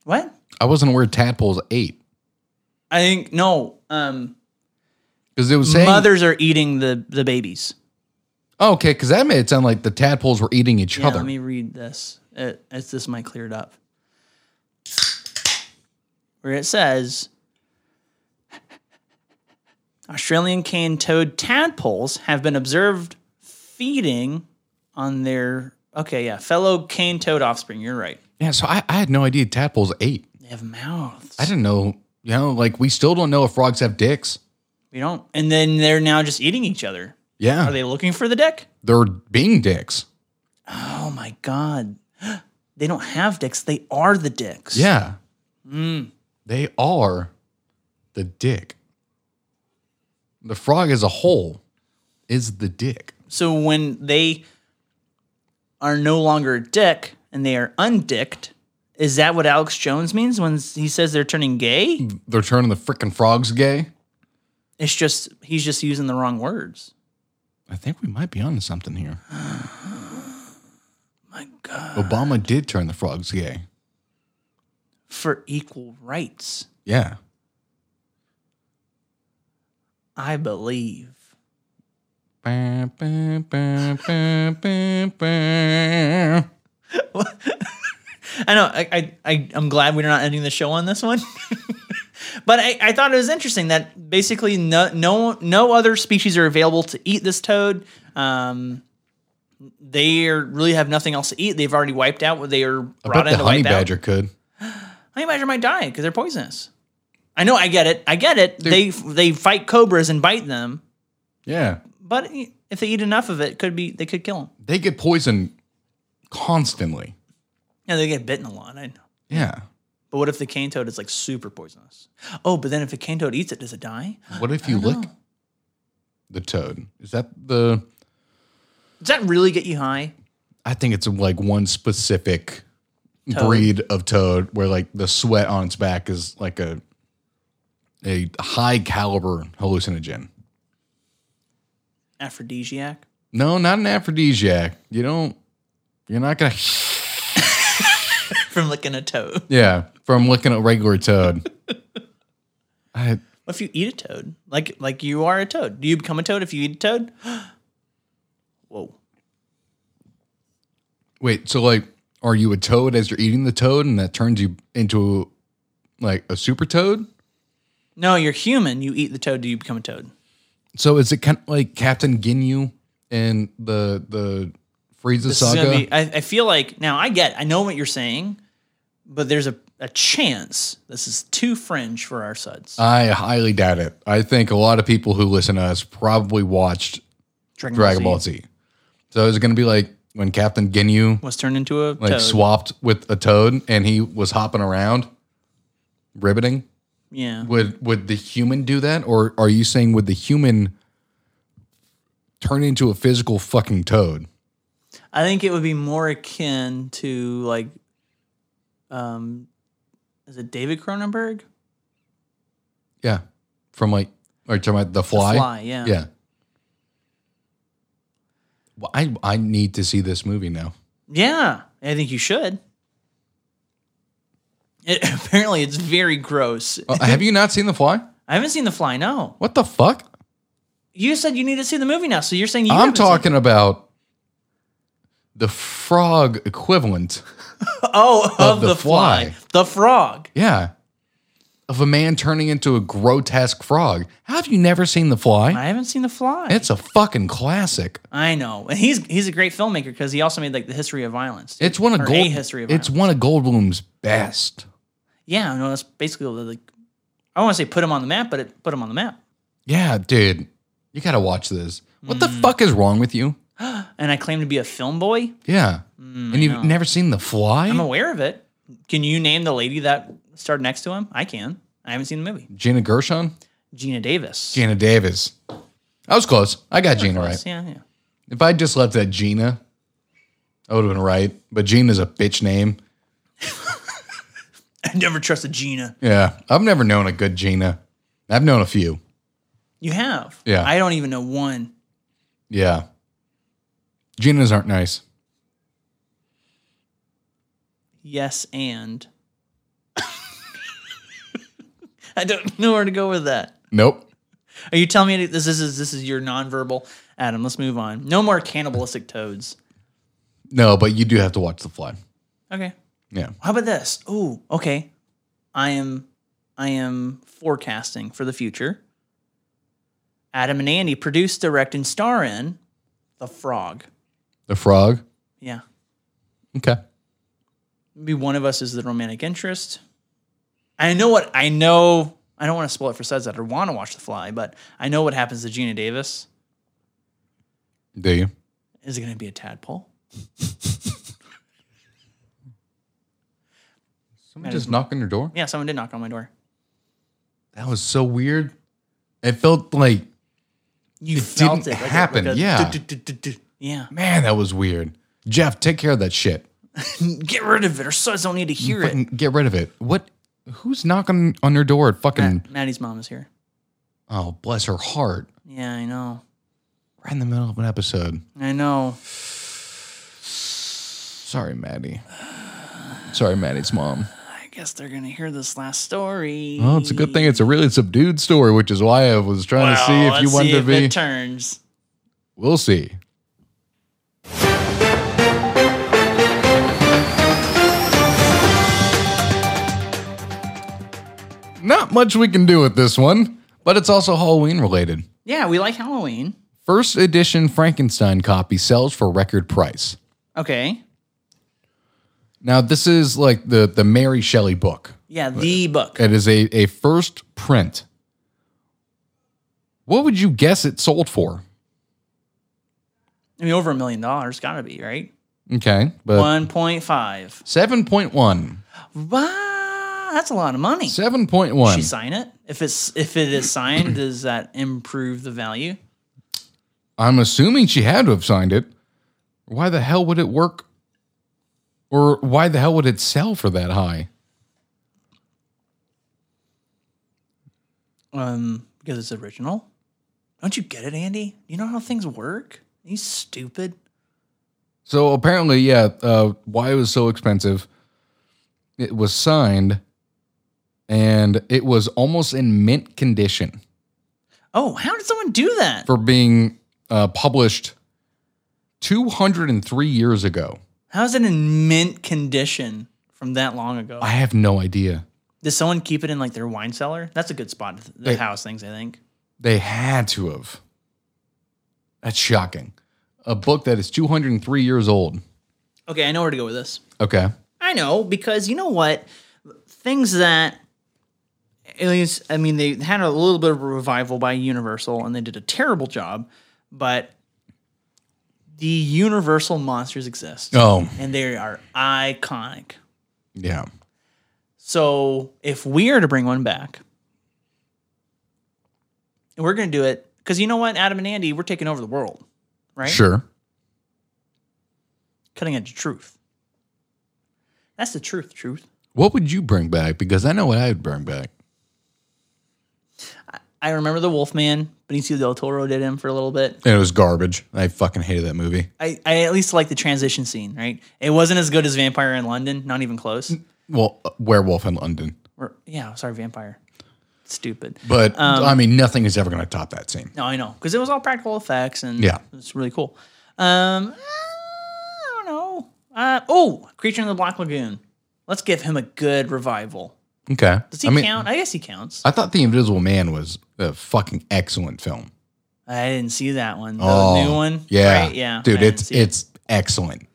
What?
I wasn't aware tadpoles ate
I think no. Um,
because it was saying
mothers are eating the the babies.
Oh, okay, because that made it sound like the tadpoles were eating each
Yeah,
other.
let me read this. Uh, as this might clear it up. Where it says Australian cane toad tadpoles have been observed feeding on their okay, yeah, fellow cane toad offspring. You're right.
yeah, so I, I had no idea tadpoles ate.
They have mouths.
I didn't know. You know, like we still don't know if frogs have dicks.
we don't. And then they're now just eating each other.
Yeah,
Are they looking for the dick?
they're being dicks.
Oh my god. <gasps> They don't have dicks. They are the dicks.
Yeah.
Hmm.
They are the dick. The frog as a whole is the dick.
So when they are no longer a dick and they are undicked, is that what Alex Jones means when he says they're turning gay?
They're turning the freaking frogs gay.
It's just he's just using the wrong words.
I think we might be onto something here.
My God.
Obama did turn the frogs gay.
For equal rights,
Yeah.
I believe.
Ba, ba, ba, ba, ba, ba.
I know. I, I, I I'm glad we're not ending the show on this one. <laughs> but I, I thought it was interesting that basically no no no other species are available to eat this toad. Um, they are, really have nothing else to eat. They've already wiped out what they are
I
brought
bet
in
the
to
honey
wipe
badger
out.
could.
Honey badger might die because they're poisonous. I know. I get it. I get it. They they fight cobras and bite them,
Yeah.
but if they eat enough of it, could be they could kill them.
They get poisoned constantly.
Yeah, they get bitten a lot. I know.
Yeah.
But what if the cane toad is like super poisonous? Oh, but then if a cane toad eats it, does it die?
What if you lick the toad? Is that the
Does that really get you high?
I think it's like one specific breed of toad where like the sweat on its back is like a a high caliber hallucinogen.
Aphrodisiac.
No, not an aphrodisiac. You don't. You're not gonna.
<laughs> From licking a toad.
Yeah, from looking at regular toad. <laughs> I,
What if you eat a toad? Like like you are a toad. Do you become a toad if you eat a toad? <gasps> Whoa.
wait, so like, are you a toad as you're eating the toad, and that turns you into like a super toad?
No, you're human. You eat the toad. Do you become a toad?
So is it kind of like Captain Ginyu and the the Frieza
This is
saga?
gonna be. I, I feel like now I get. I know what you're saying, but there's a, a chance this is too fringe for our suds.
I highly doubt it. I think a lot of people who listen to us probably watched Dragon Ball Z. So it's going to be like when Captain Ginyu
was turned into a
like
toad.
swapped with a toad and he was hopping around, riveting.
yeah.
Would would the human do that, or are you saying would the human turn into a physical fucking toad?
I think it would be more akin to like, um, is it David Cronenberg?
Yeah, from like are you talking about the
The
fly?
Fly, yeah.
Yeah. Well, I I need to see this movie now.
Yeah, I think you should. <laughs> It, apparently, it's very gross.
Uh,
<laughs>
have you not seen the fly?
I haven't seen The Fly. No,
What the fuck?
you said you need to see the movie now, so you're saying you
I'm
haven't seen-
talking about the frog equivalent.
<laughs> oh of, the,
The
fly.
Fly.
the frog.
Yeah. Of a man turning into a grotesque frog. How have you never seen The Fly?
I haven't seen The Fly.
It's a fucking classic.
I know, and he's he's a great filmmaker because he also made like the History of Violence. too.
It's one of
Or
Gold.
A History of
It's
Violence.
one of Goldblum's best.
yeah. No, that's basically like I don't want to say put him on the map, but it put him on the map.
Yeah, dude. You gotta watch this. What
Mm.
the fuck is wrong with you?
And I claim to be a film boy.
Yeah. and you've never seen The Fly?
Mm, I'm aware of it. Can you name the lady that starred next to him? I can. I haven't seen the movie.
Gina Gershon?
Gina Davis.
Gina Davis. I was close. I got Gina right.
Yeah, <laughs> yeah.
If I just left that Gina, I would have been right. But Gina's a bitch name.
I never trusted Gina.
Yeah. I've never known a good Gina. I've known a few.
You have.
Yeah.
I don't even know one.
Yeah. Ginas aren't nice.
Yes, and <laughs> I don't <laughs> know where to go with that.
Nope.
Are you telling me this, this is this is your nonverbal, Adam? Let's move on. No more cannibalistic toads.
No, but you do have to watch The Fly.
Okay.
Yeah.
How about this? Ooh, okay. I am I am forecasting for the future. Adam and Andy produce, direct, and star in The Frog.
The Frog.
Yeah.
Okay.
Maybe one of us is the romantic interest. I know what I know. I don't want to spoil it for says that or want to watch The Fly, but I know what happens to Gina Davis.
Do you?
Is it going to be a tadpole?
Someone just knocked on your door?
Yeah, someone did knock on my door.
That was so weird. It felt like,
You
It
felt
didn't
it like a-
happen,
like a
yeah.
du-du-du-du-du. yeah.
man, that was weird. Jeff, take care of that shit.
Get rid of it, or suds don't need to hear it.
Fucking get rid of it. What? Who's knocking on your door? Fucking,
Matt, Maddie's mom is here.
oh, bless her heart.
Yeah, I know.
Right in the middle of an episode.
I know.
Sorry, Maddie. Sorry, Maddie's mom.
I guess they're gonna hear this last story.
Well, it's a good thing it's a really subdued story, which is why I was trying to see if
let's
you wanted
see
to be.
it turns.
we'll see. Not much we can do with this one, but it's also Halloween related.
Yeah, we like Halloween.
First edition Frankenstein copy sells for record price.
Okay.
Now, this is like the, the Mary Shelley book.
Yeah, the book.
It is a, a first print. What would you guess it sold for?
I mean, over a million dollars, gotta be right.
Okay, but
One point five.
7.1.
Wow, that's a lot of money. Did she
7.1.
sign it? If it's if it is signed, does that improve the value?
I'm assuming she had to have signed it. Why the hell would it work? Or why the hell would it sell for that high?
um, because it's original. Don't you get it, Andy? You know how things work? You stupid.
So apparently, yeah, uh, why it was so expensive, it was signed and it was almost in mint condition
Oh, how did someone do that?
for being uh, published 203 years ago.
How is it in mint condition from that long ago?
I have no idea.
Does someone keep it in like their wine cellar? That's a good spot to th-
They-
house things, I think.
They had to have. That's shocking. A book that is 203 years old.
Okay, I know where to go with this.
Okay.
I know because you know what? Things that at least I mean they had a little bit of a revival by Universal and they did a terrible job, but the Universal monsters exist
Oh,
and they are iconic.
yeah.
So if we are to bring one back, we're going to do it because you know what, Adam and Andy, we're taking over the world, right?
Sure.
Cutting edge truth. That's the truth. Truth.
What would you bring back? Because I know what I would bring back.
I remember the Wolfman. Benicio del Toro did him for a little bit.
And it was garbage. I fucking hated that movie.
I, I at least like the transition scene, right? It wasn't as good as Vampire in London, not even close.
Well, uh, Werewolf in London.
Or, yeah, sorry, Vampire. Stupid.
But
Um,
I mean, nothing is ever going to top that scene.
No, I know because it was all practical effects and
Yeah.
it's really cool. Um, I don't know. Uh, oh, Creature in the Black Lagoon. Let's give him a good revival.
Okay.
Does he
I mean,
count? I guess he counts.
I thought The Invisible Man was a fucking excellent film.
I didn't see that one. The
Oh,
new one.
Yeah.
Right, yeah, I
Dude,
didn't
it's
see it.
it's excellent.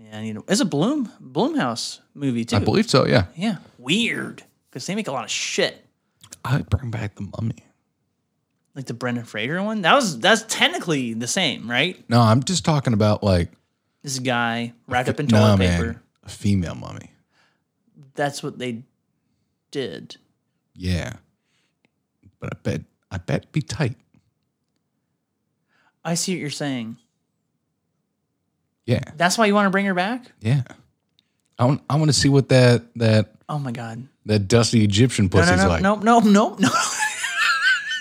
Yeah, I need. to- It's a Bloom Bloomhouse movie too.
I believe so. Yeah.
Yeah, weird because they make a lot of shit.
I'd bring back the Mummy.
Like the Brendan Fraser one. That was that's technically the same, right?
No, I'm just talking about like
This guy
<laughs>
wrapped up in
nah,
toilet paper.
a female mummy.
That's what they did.
Yeah. But I bet I bet it'd be tight.
I see what you're saying.
Yeah.
That's why you want to bring her back?
Yeah. I want I want to see what that that
Oh my god.
that dusty Egyptian
No,
pussy's
no, no,
like.
no, no, <laughs> no, no.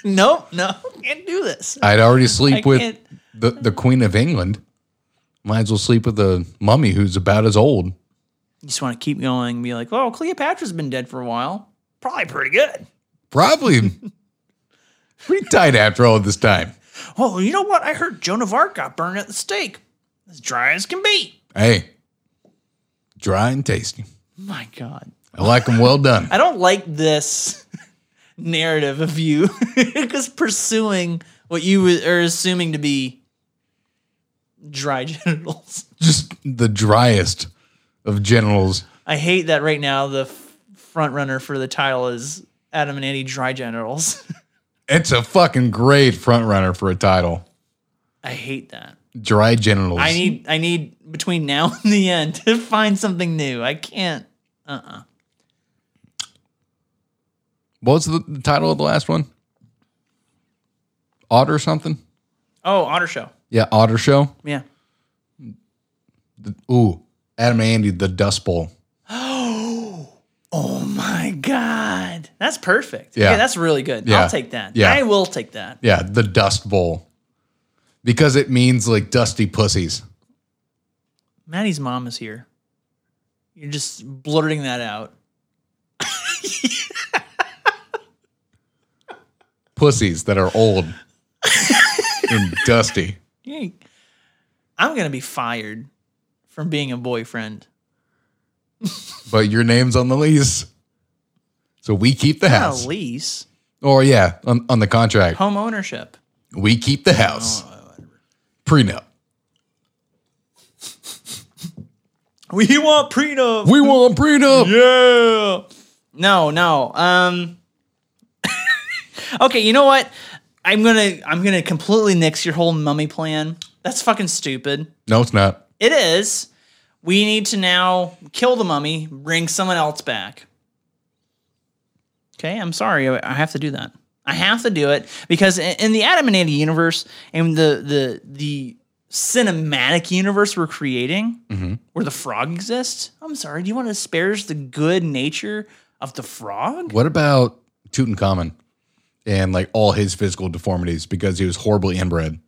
nope, no. Can't do this.
I'd already sleep
I
with
can't-
the, the Queen of England. Might as well sleep with a mummy who's about as old.
You just want to keep going and be like, oh, Cleopatra's been dead for a while. Probably pretty good.
Probably <laughs> pretty tight after all this time.
Oh, you know what? I heard Joan of Arc got burned at the stake. As dry as can be.
Hey, dry and tasty.
My God.
I like them well
<laughs>
done.
I don't like this <laughs> narrative of you <laughs> just pursuing what you are assuming to be dry <laughs> genitals.
Just the driest of genitals.
I hate that right now. The f- front runner for the title is Adam and Andy Dry Generals.
It's a fucking great front runner for a title.
<laughs> I hate that.
Dry genitals.
I need I need between now and the end <laughs> to find something new. I can't.
what was the, the title of the last one? Otter something?
Oh, Otter Show.
Yeah, Otter Show.
Yeah. <gasps>
Ooh, Adam and Andy, the Dust Bowl.
Oh my God, that's perfect.
Yeah.
Okay, that's really good.
Yeah.
I'll take that.
Yeah.
I will take that.
Yeah, the Dust Bowl. Because it means like dusty pussies.
Maddie's mom is here. You're just blurting that out.
Pussies that are <laughs> old and dusty.
Yay. I'm gonna be fired from being a boyfriend.
But your name's on the lease. So we keep the
Not
house.
a lease,
Or yeah, on, on the contract.
home ownership.
We keep the house. Prenup.
We want prenup.
We want prenup.
Yeah. No, no. Um <laughs> Okay, you know what? I'm going to I'm going to completely nix your whole mummy plan. That's fucking stupid.
No, it's not.
It is. We need to now kill the mummy, bring someone else back. Okay, I'm sorry. I I have to do that. I have to do it because i- in the Adam and Andy universe and the the the cinematic universe we're creating,
Mm-hmm.
where the frog exists. I'm sorry. Do you want to disparage the good nature of the frog?
What about Tutankhamun? and like all his physical deformities because he was horribly inbred.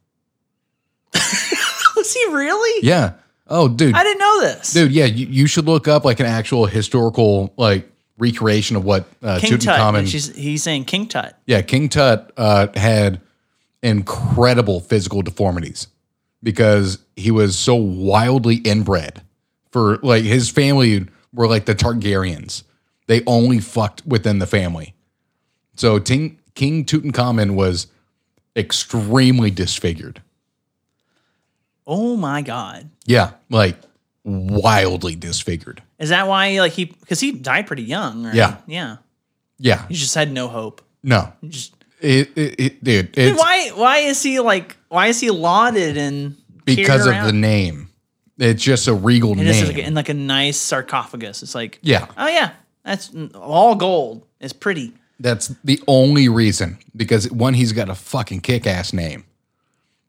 <laughs> Was he really?
Yeah. Oh, dude.
I didn't know this.
Dude, yeah, you, you should look up like an actual historical like recreation of what uh,
King Tut. and
Tutankhamun.
She's, he's saying King Tut.
Yeah, King Tut uh, had incredible physical deformities because he was so wildly inbred. For like his family were like the Targaryens; they only fucked within the family. So Ting, King Tutankhamun was extremely disfigured.
Oh my God.
Yeah, like wildly disfigured.
Is that why like he because he died pretty young, right?
Yeah.
Yeah.
Yeah,
He just had no hope.
no,
He Just
it, it, it dude,
Dude,
it's
why why is he like why is he lauded and carried
because of the
around?
name. It's just a regal
and this
name.
is like in like a nice sarcophagus. It's like
yeah,
Oh yeah. That's all gold. It's pretty.
That's the only reason because one, he's got a fucking kick ass name,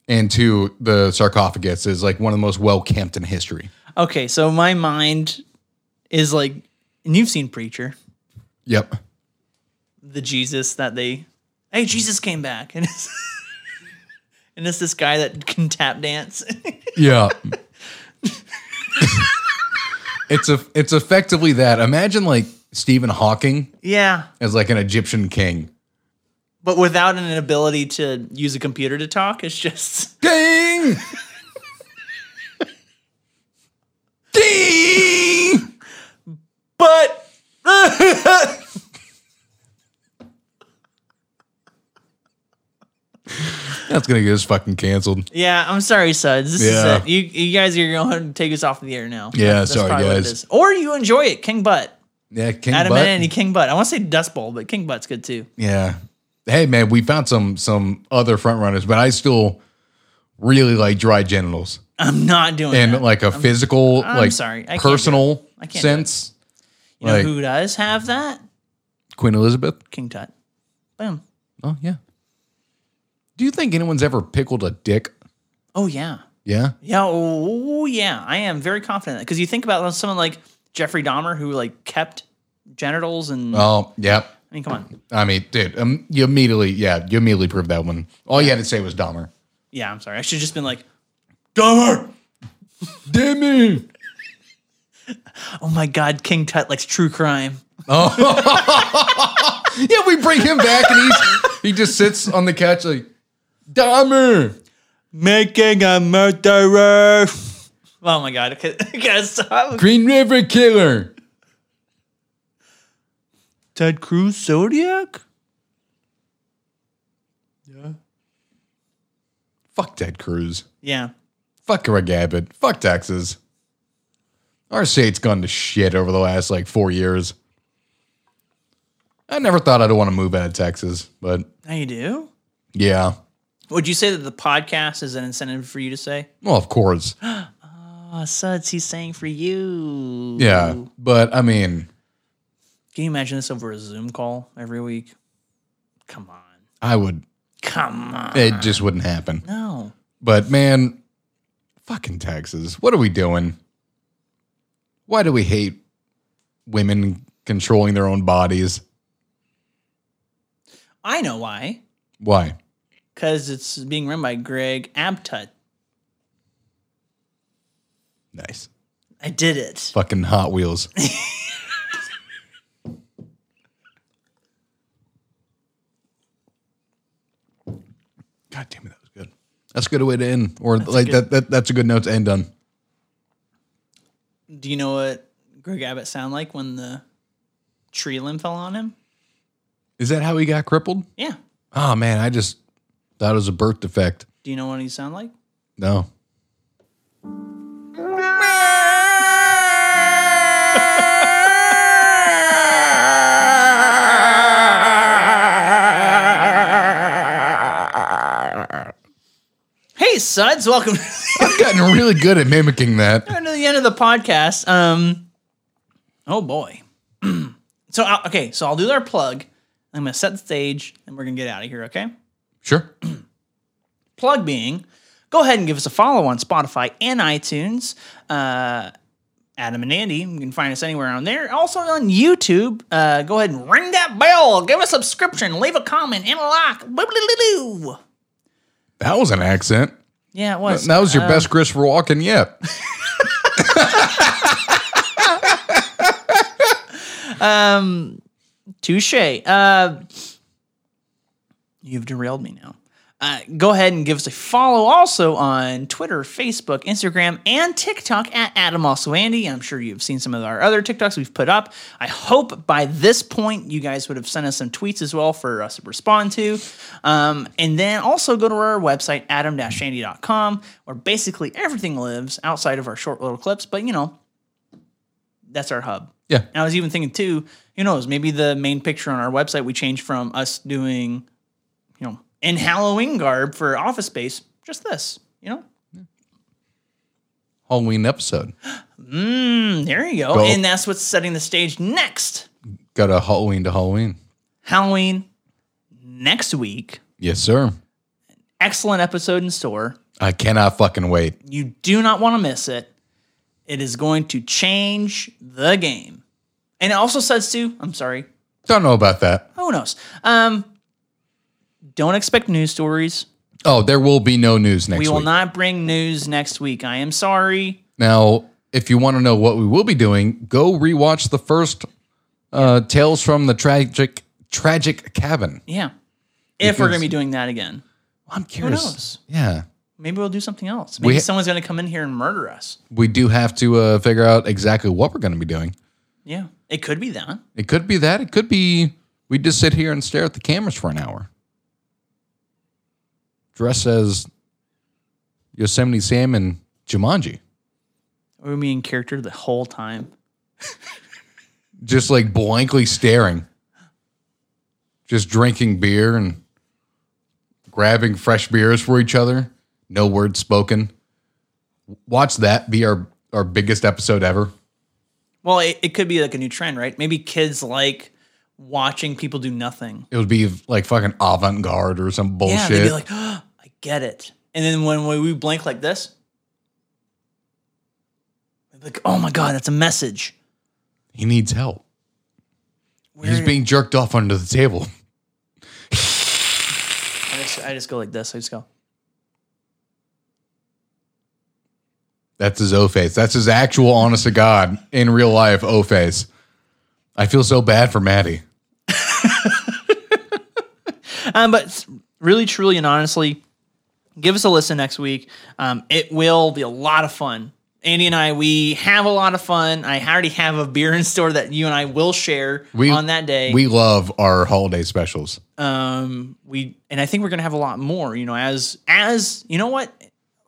and two, the sarcophagus is like one of the most well kept in history.
Okay, so my mind is like and you've seen Preacher,
Yep.
the Jesus that they Hey, Jesus came back <laughs> and it's and it's this guy that can tap dance. <laughs>
Yeah. <laughs> it's a it's effectively that. Imagine like Stephen Hawking
yeah.
as like an Egyptian king.
But without an ability to use a computer to talk, it's just
Ding. Ding.
But
That's gonna get us fucking canceled.
yeah, I'm sorry, suds. This
Yeah.
is it. You you guys are going to take us off the air now.
Yeah,
That's
sorry,
probably what it
guys.
is. Or you enjoy it, King Butt.
Yeah, King
Adam
Butt.
and Andy, King Butt. I want to say Dust Bowl, but King Butt's good too.
Yeah. Hey man, we found some some other front runners, but I still really like dry genitals
I'm not doing
and
that.
like a physical,
I'm
like
sorry. I can't do it.
personal
I can't do it.
sense.
you know
like-
who does have that?
Queen Elizabeth.
King Tut. Boom.
Oh yeah. Do you think anyone's ever pickled a dick?
Oh yeah.
Yeah.
Yeah, oh yeah, I am very confident because you think about someone like Jeffrey Dahmer who like kept genitals and
Oh yeah.
I mean, come on,
I mean, dude, um, you immediately, yeah, you immediately proved that one. All you had to say was Dahmer.
yeah, I'm sorry, I should have just been like,
Dahmer. <laughs> Damn it.
oh my god, King Tut likes true crime.
Yeah, we bring him back and he's he just sits on the couch like Dahmer.
Making a murderer. Oh my god, okay, <laughs> I gotta stop.
Green River Killer.
Ted Cruz Zodiac?
Fuck Ted Cruz.
Yeah.
Fuck Greg Abbott. Fuck Texas. Our state's gone to shit over the last like four years. I never thought I'd want to move out of Texas, but
Now you do?
yeah.
Would you say that the podcast is an incentive for you to say?
Well, of course.
Oh, suds, he's saying for you.
Yeah. But I mean,
Can you imagine this over a Zoom call every week? Come on.
I would,
Come on.
it just wouldn't happen.
No.
But man, fucking Texas. What are we doing? Why do we hate women controlling their own bodies?
I know why.
Why?
Because it's being run by Greg Abtut.
Nice.
I did it.
Fucking Hot Wheels. <laughs> God damn it, that was good. That's a good way to end, or like that, that. That's a good note to end on.
Do you know what Greg Abbott sound like when the tree limb fell on him?
Is that how he got crippled?
Yeah.
Oh man, I just thought it was a birth defect.
Do you know what he sound like?
No.
Hey, suds, welcome <laughs>
I've gotten really good at mimicking that.
to the end of the podcast. Um, oh boy. <clears throat> so I'll, okay, so I'll do our plug. I'm gonna set the stage, and we're gonna get out of here. Okay.
Sure.
plug being go ahead and give us a follow on spotify and itunes uh, Adam and Andy. You can find us anywhere on there. Also on YouTube. Uh, go ahead and ring that bell. Give a subscription. Leave a comment and a like. Boo-boo-boo-boo.
That was an accent.
Yeah, it was.
That was your best Christopher Walken yet.
Touche. Uh, you've derailed me now. Uh, go ahead and give us a follow also on Twitter, Facebook, Instagram, and TikTok at Adam Also Andy. I'm sure you've seen some of our other TikToks we've put up. I hope by this point you guys would have sent us some tweets as well for us to respond to. Um, and then also go to our website, adam-andy.com, where basically everything lives outside of our short little clips. But, you know, that's our hub.
Yeah.
And I was even thinking too, who knows, maybe the main picture on our website we changed from us doing, you know, in Halloween garb for office space, just this, you know?
Halloween episode.
Mm, there you go.
Go.
And that's what's setting the stage next.
Got a Halloween to Halloween.
Halloween next week.
Yes, sir.
Excellent episode in store.
I cannot fucking wait.
You do not want to miss it. It is going to change the game. And it also says too, I'm sorry,
Don't know about that.
who knows? Um, don't expect news stories.
Oh, there will be no news next
We will
week.
not bring news next week. I am sorry.
now, if you want to know what we will be doing, go rewatch the first uh, Tales from the Tragic Tragic Cabin.
Yeah. If we're
Because-
going to be doing that again,
I'm curious.
knows?
Yeah.
maybe we'll do something else. Maybe
ha-
someone's going to come in here and murder us.
We do have to uh, figure out exactly what we're going to be doing.
Yeah. It could be that.
It could be that. It could be we just sit here and stare at the cameras for an hour. Dress as Yosemite Sam and Jumanji.
Or me in character the whole time.
Just like blankly staring. Just drinking beer and grabbing fresh beers for each other. No words spoken. Watch that be our, our biggest episode ever.
Well, it, it could be like a new trend, right? Maybe kids like watching people do nothing.
It would be like fucking avant garde or some
Yeah.
bullshit.
They'd be like, <gasps> oh, I get it. And then when we, we blink like this, they'd be like, oh my God, that's a message.
he needs help. He's
Where-
being jerked off under the table.
I just, I just go like this. I just go.
That's his O face. That's his actual, honest to God, in real life O face. I feel so bad for Maddie.
Um, but s- really, truly, and honestly, give us a listen next week. Um, it will be a lot of fun. Andy and I, we have a lot of fun. I already have a beer in store that you and I will share
We-
on that day.
We love our holiday specials.
um, we and I think we're gonna have a lot more. You know, as as you know what.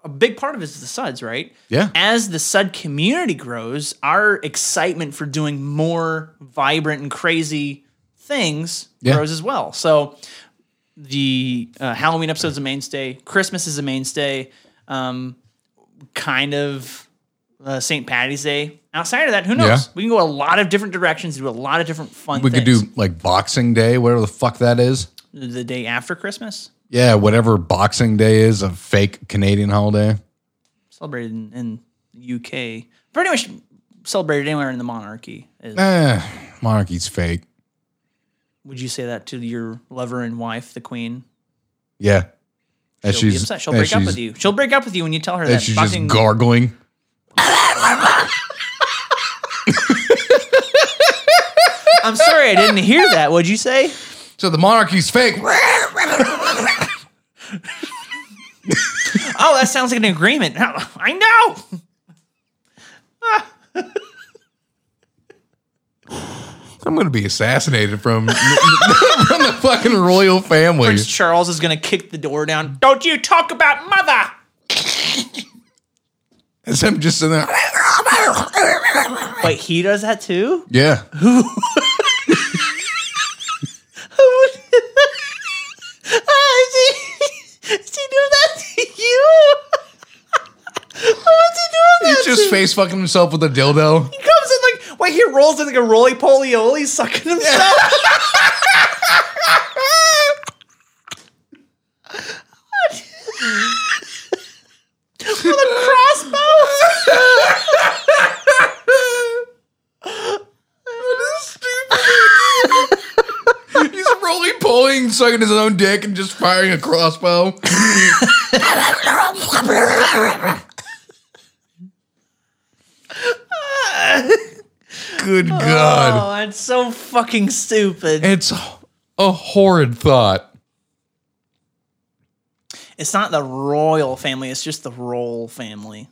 A big part of it is the suds, right?
Yeah.
As the sud community grows, our excitement for doing more vibrant and crazy things
Yeah.
grows as well. So the uh, Halloween episode's a mainstay. Christmas is a mainstay. Um, kind of uh, St. Patty's Day. Outside of that, who knows?
Yeah.
We can go a lot of different directions, do a lot of different fun.
We
things.
could do like Boxing Day, whatever the fuck that is.
the day after Christmas,
Yeah, whatever Boxing Day is, a fake Canadian holiday.
celebrated in, in the UK. Pretty much celebrated anywhere in the monarchy. Is,
Eh, monarchy's fake.
would you say that to your lover and wife, the Queen?
Yeah. And
She'll be upset. She'll
and
break up
she's-
with you. She'll break up with you when you tell her
And
that
she's
fucking.
just gargling.
I'm sorry, I didn't hear that. What'd you say?
So the monarchy's fake. <laughs>
Oh, that sounds like an agreement. <laughs> I know.
I'm going to be assassinated from, <laughs> from the fucking royal family.
Prince Charles is gonna kick the door down. Don't you talk about mother?
As I'm just sitting there. <laughs>
Wait, he does that too? <laughs>
Yeah.
Ah, is he, is he doing that to you? <laughs> What's he doing that
He's just
to?
face fucking himself with a dildo.
He comes in like, wait, he rolls in like a roly poly oly, sucking himself. With a crossbow.
swallowing, sucking his own dick, and just firing a crossbow. Good God.
Oh, that's so fucking stupid.
It's a horrid thought.
It's not the royal family, it's just the roll family.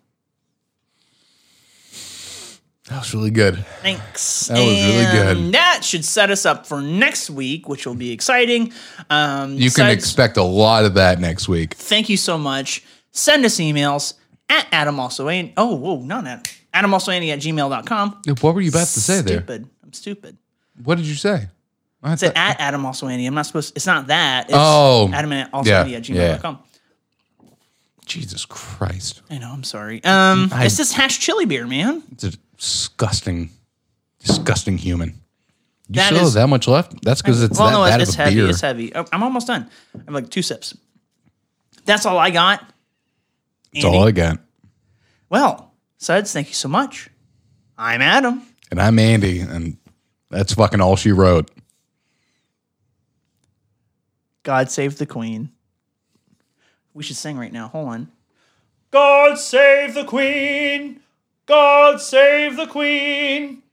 That was really good.
Thanks.
That was really good.
And That should set us up for next week, which will be exciting. Um,
You can
so-
expect a lot of that next week.
thank you so much. Send us emails at Adam also An- Oh, whoa, not Adam. Adam also Andy at gmail.com.
What were you about to say there?
Stupid. I'm stupid.
What did you say? I
It's
thought-
at Adam also Andy. I'm not supposed it's not that. It's
Oh,
Adam and also
yeah,
Andy at gmail.com.
Jesus Christ.
I know, I'm sorry. Um it's this hash chili beer, man.
It's a disgusting, disgusting human. You
That
still
is-
have that much left? That's because it's that
well, no,
bad
it's, it's
of a
heavy.
beer.
It's heavy. Oh, I'm almost done. I have like two sips. That's all I got.
That's all I got.
Well, Suds, thank you so much. I'm Adam.
And I'm Andy, and that's fucking all she wrote.
God save the Queen. We should sing right now. Hold on. God save the Queen. God save the Queen.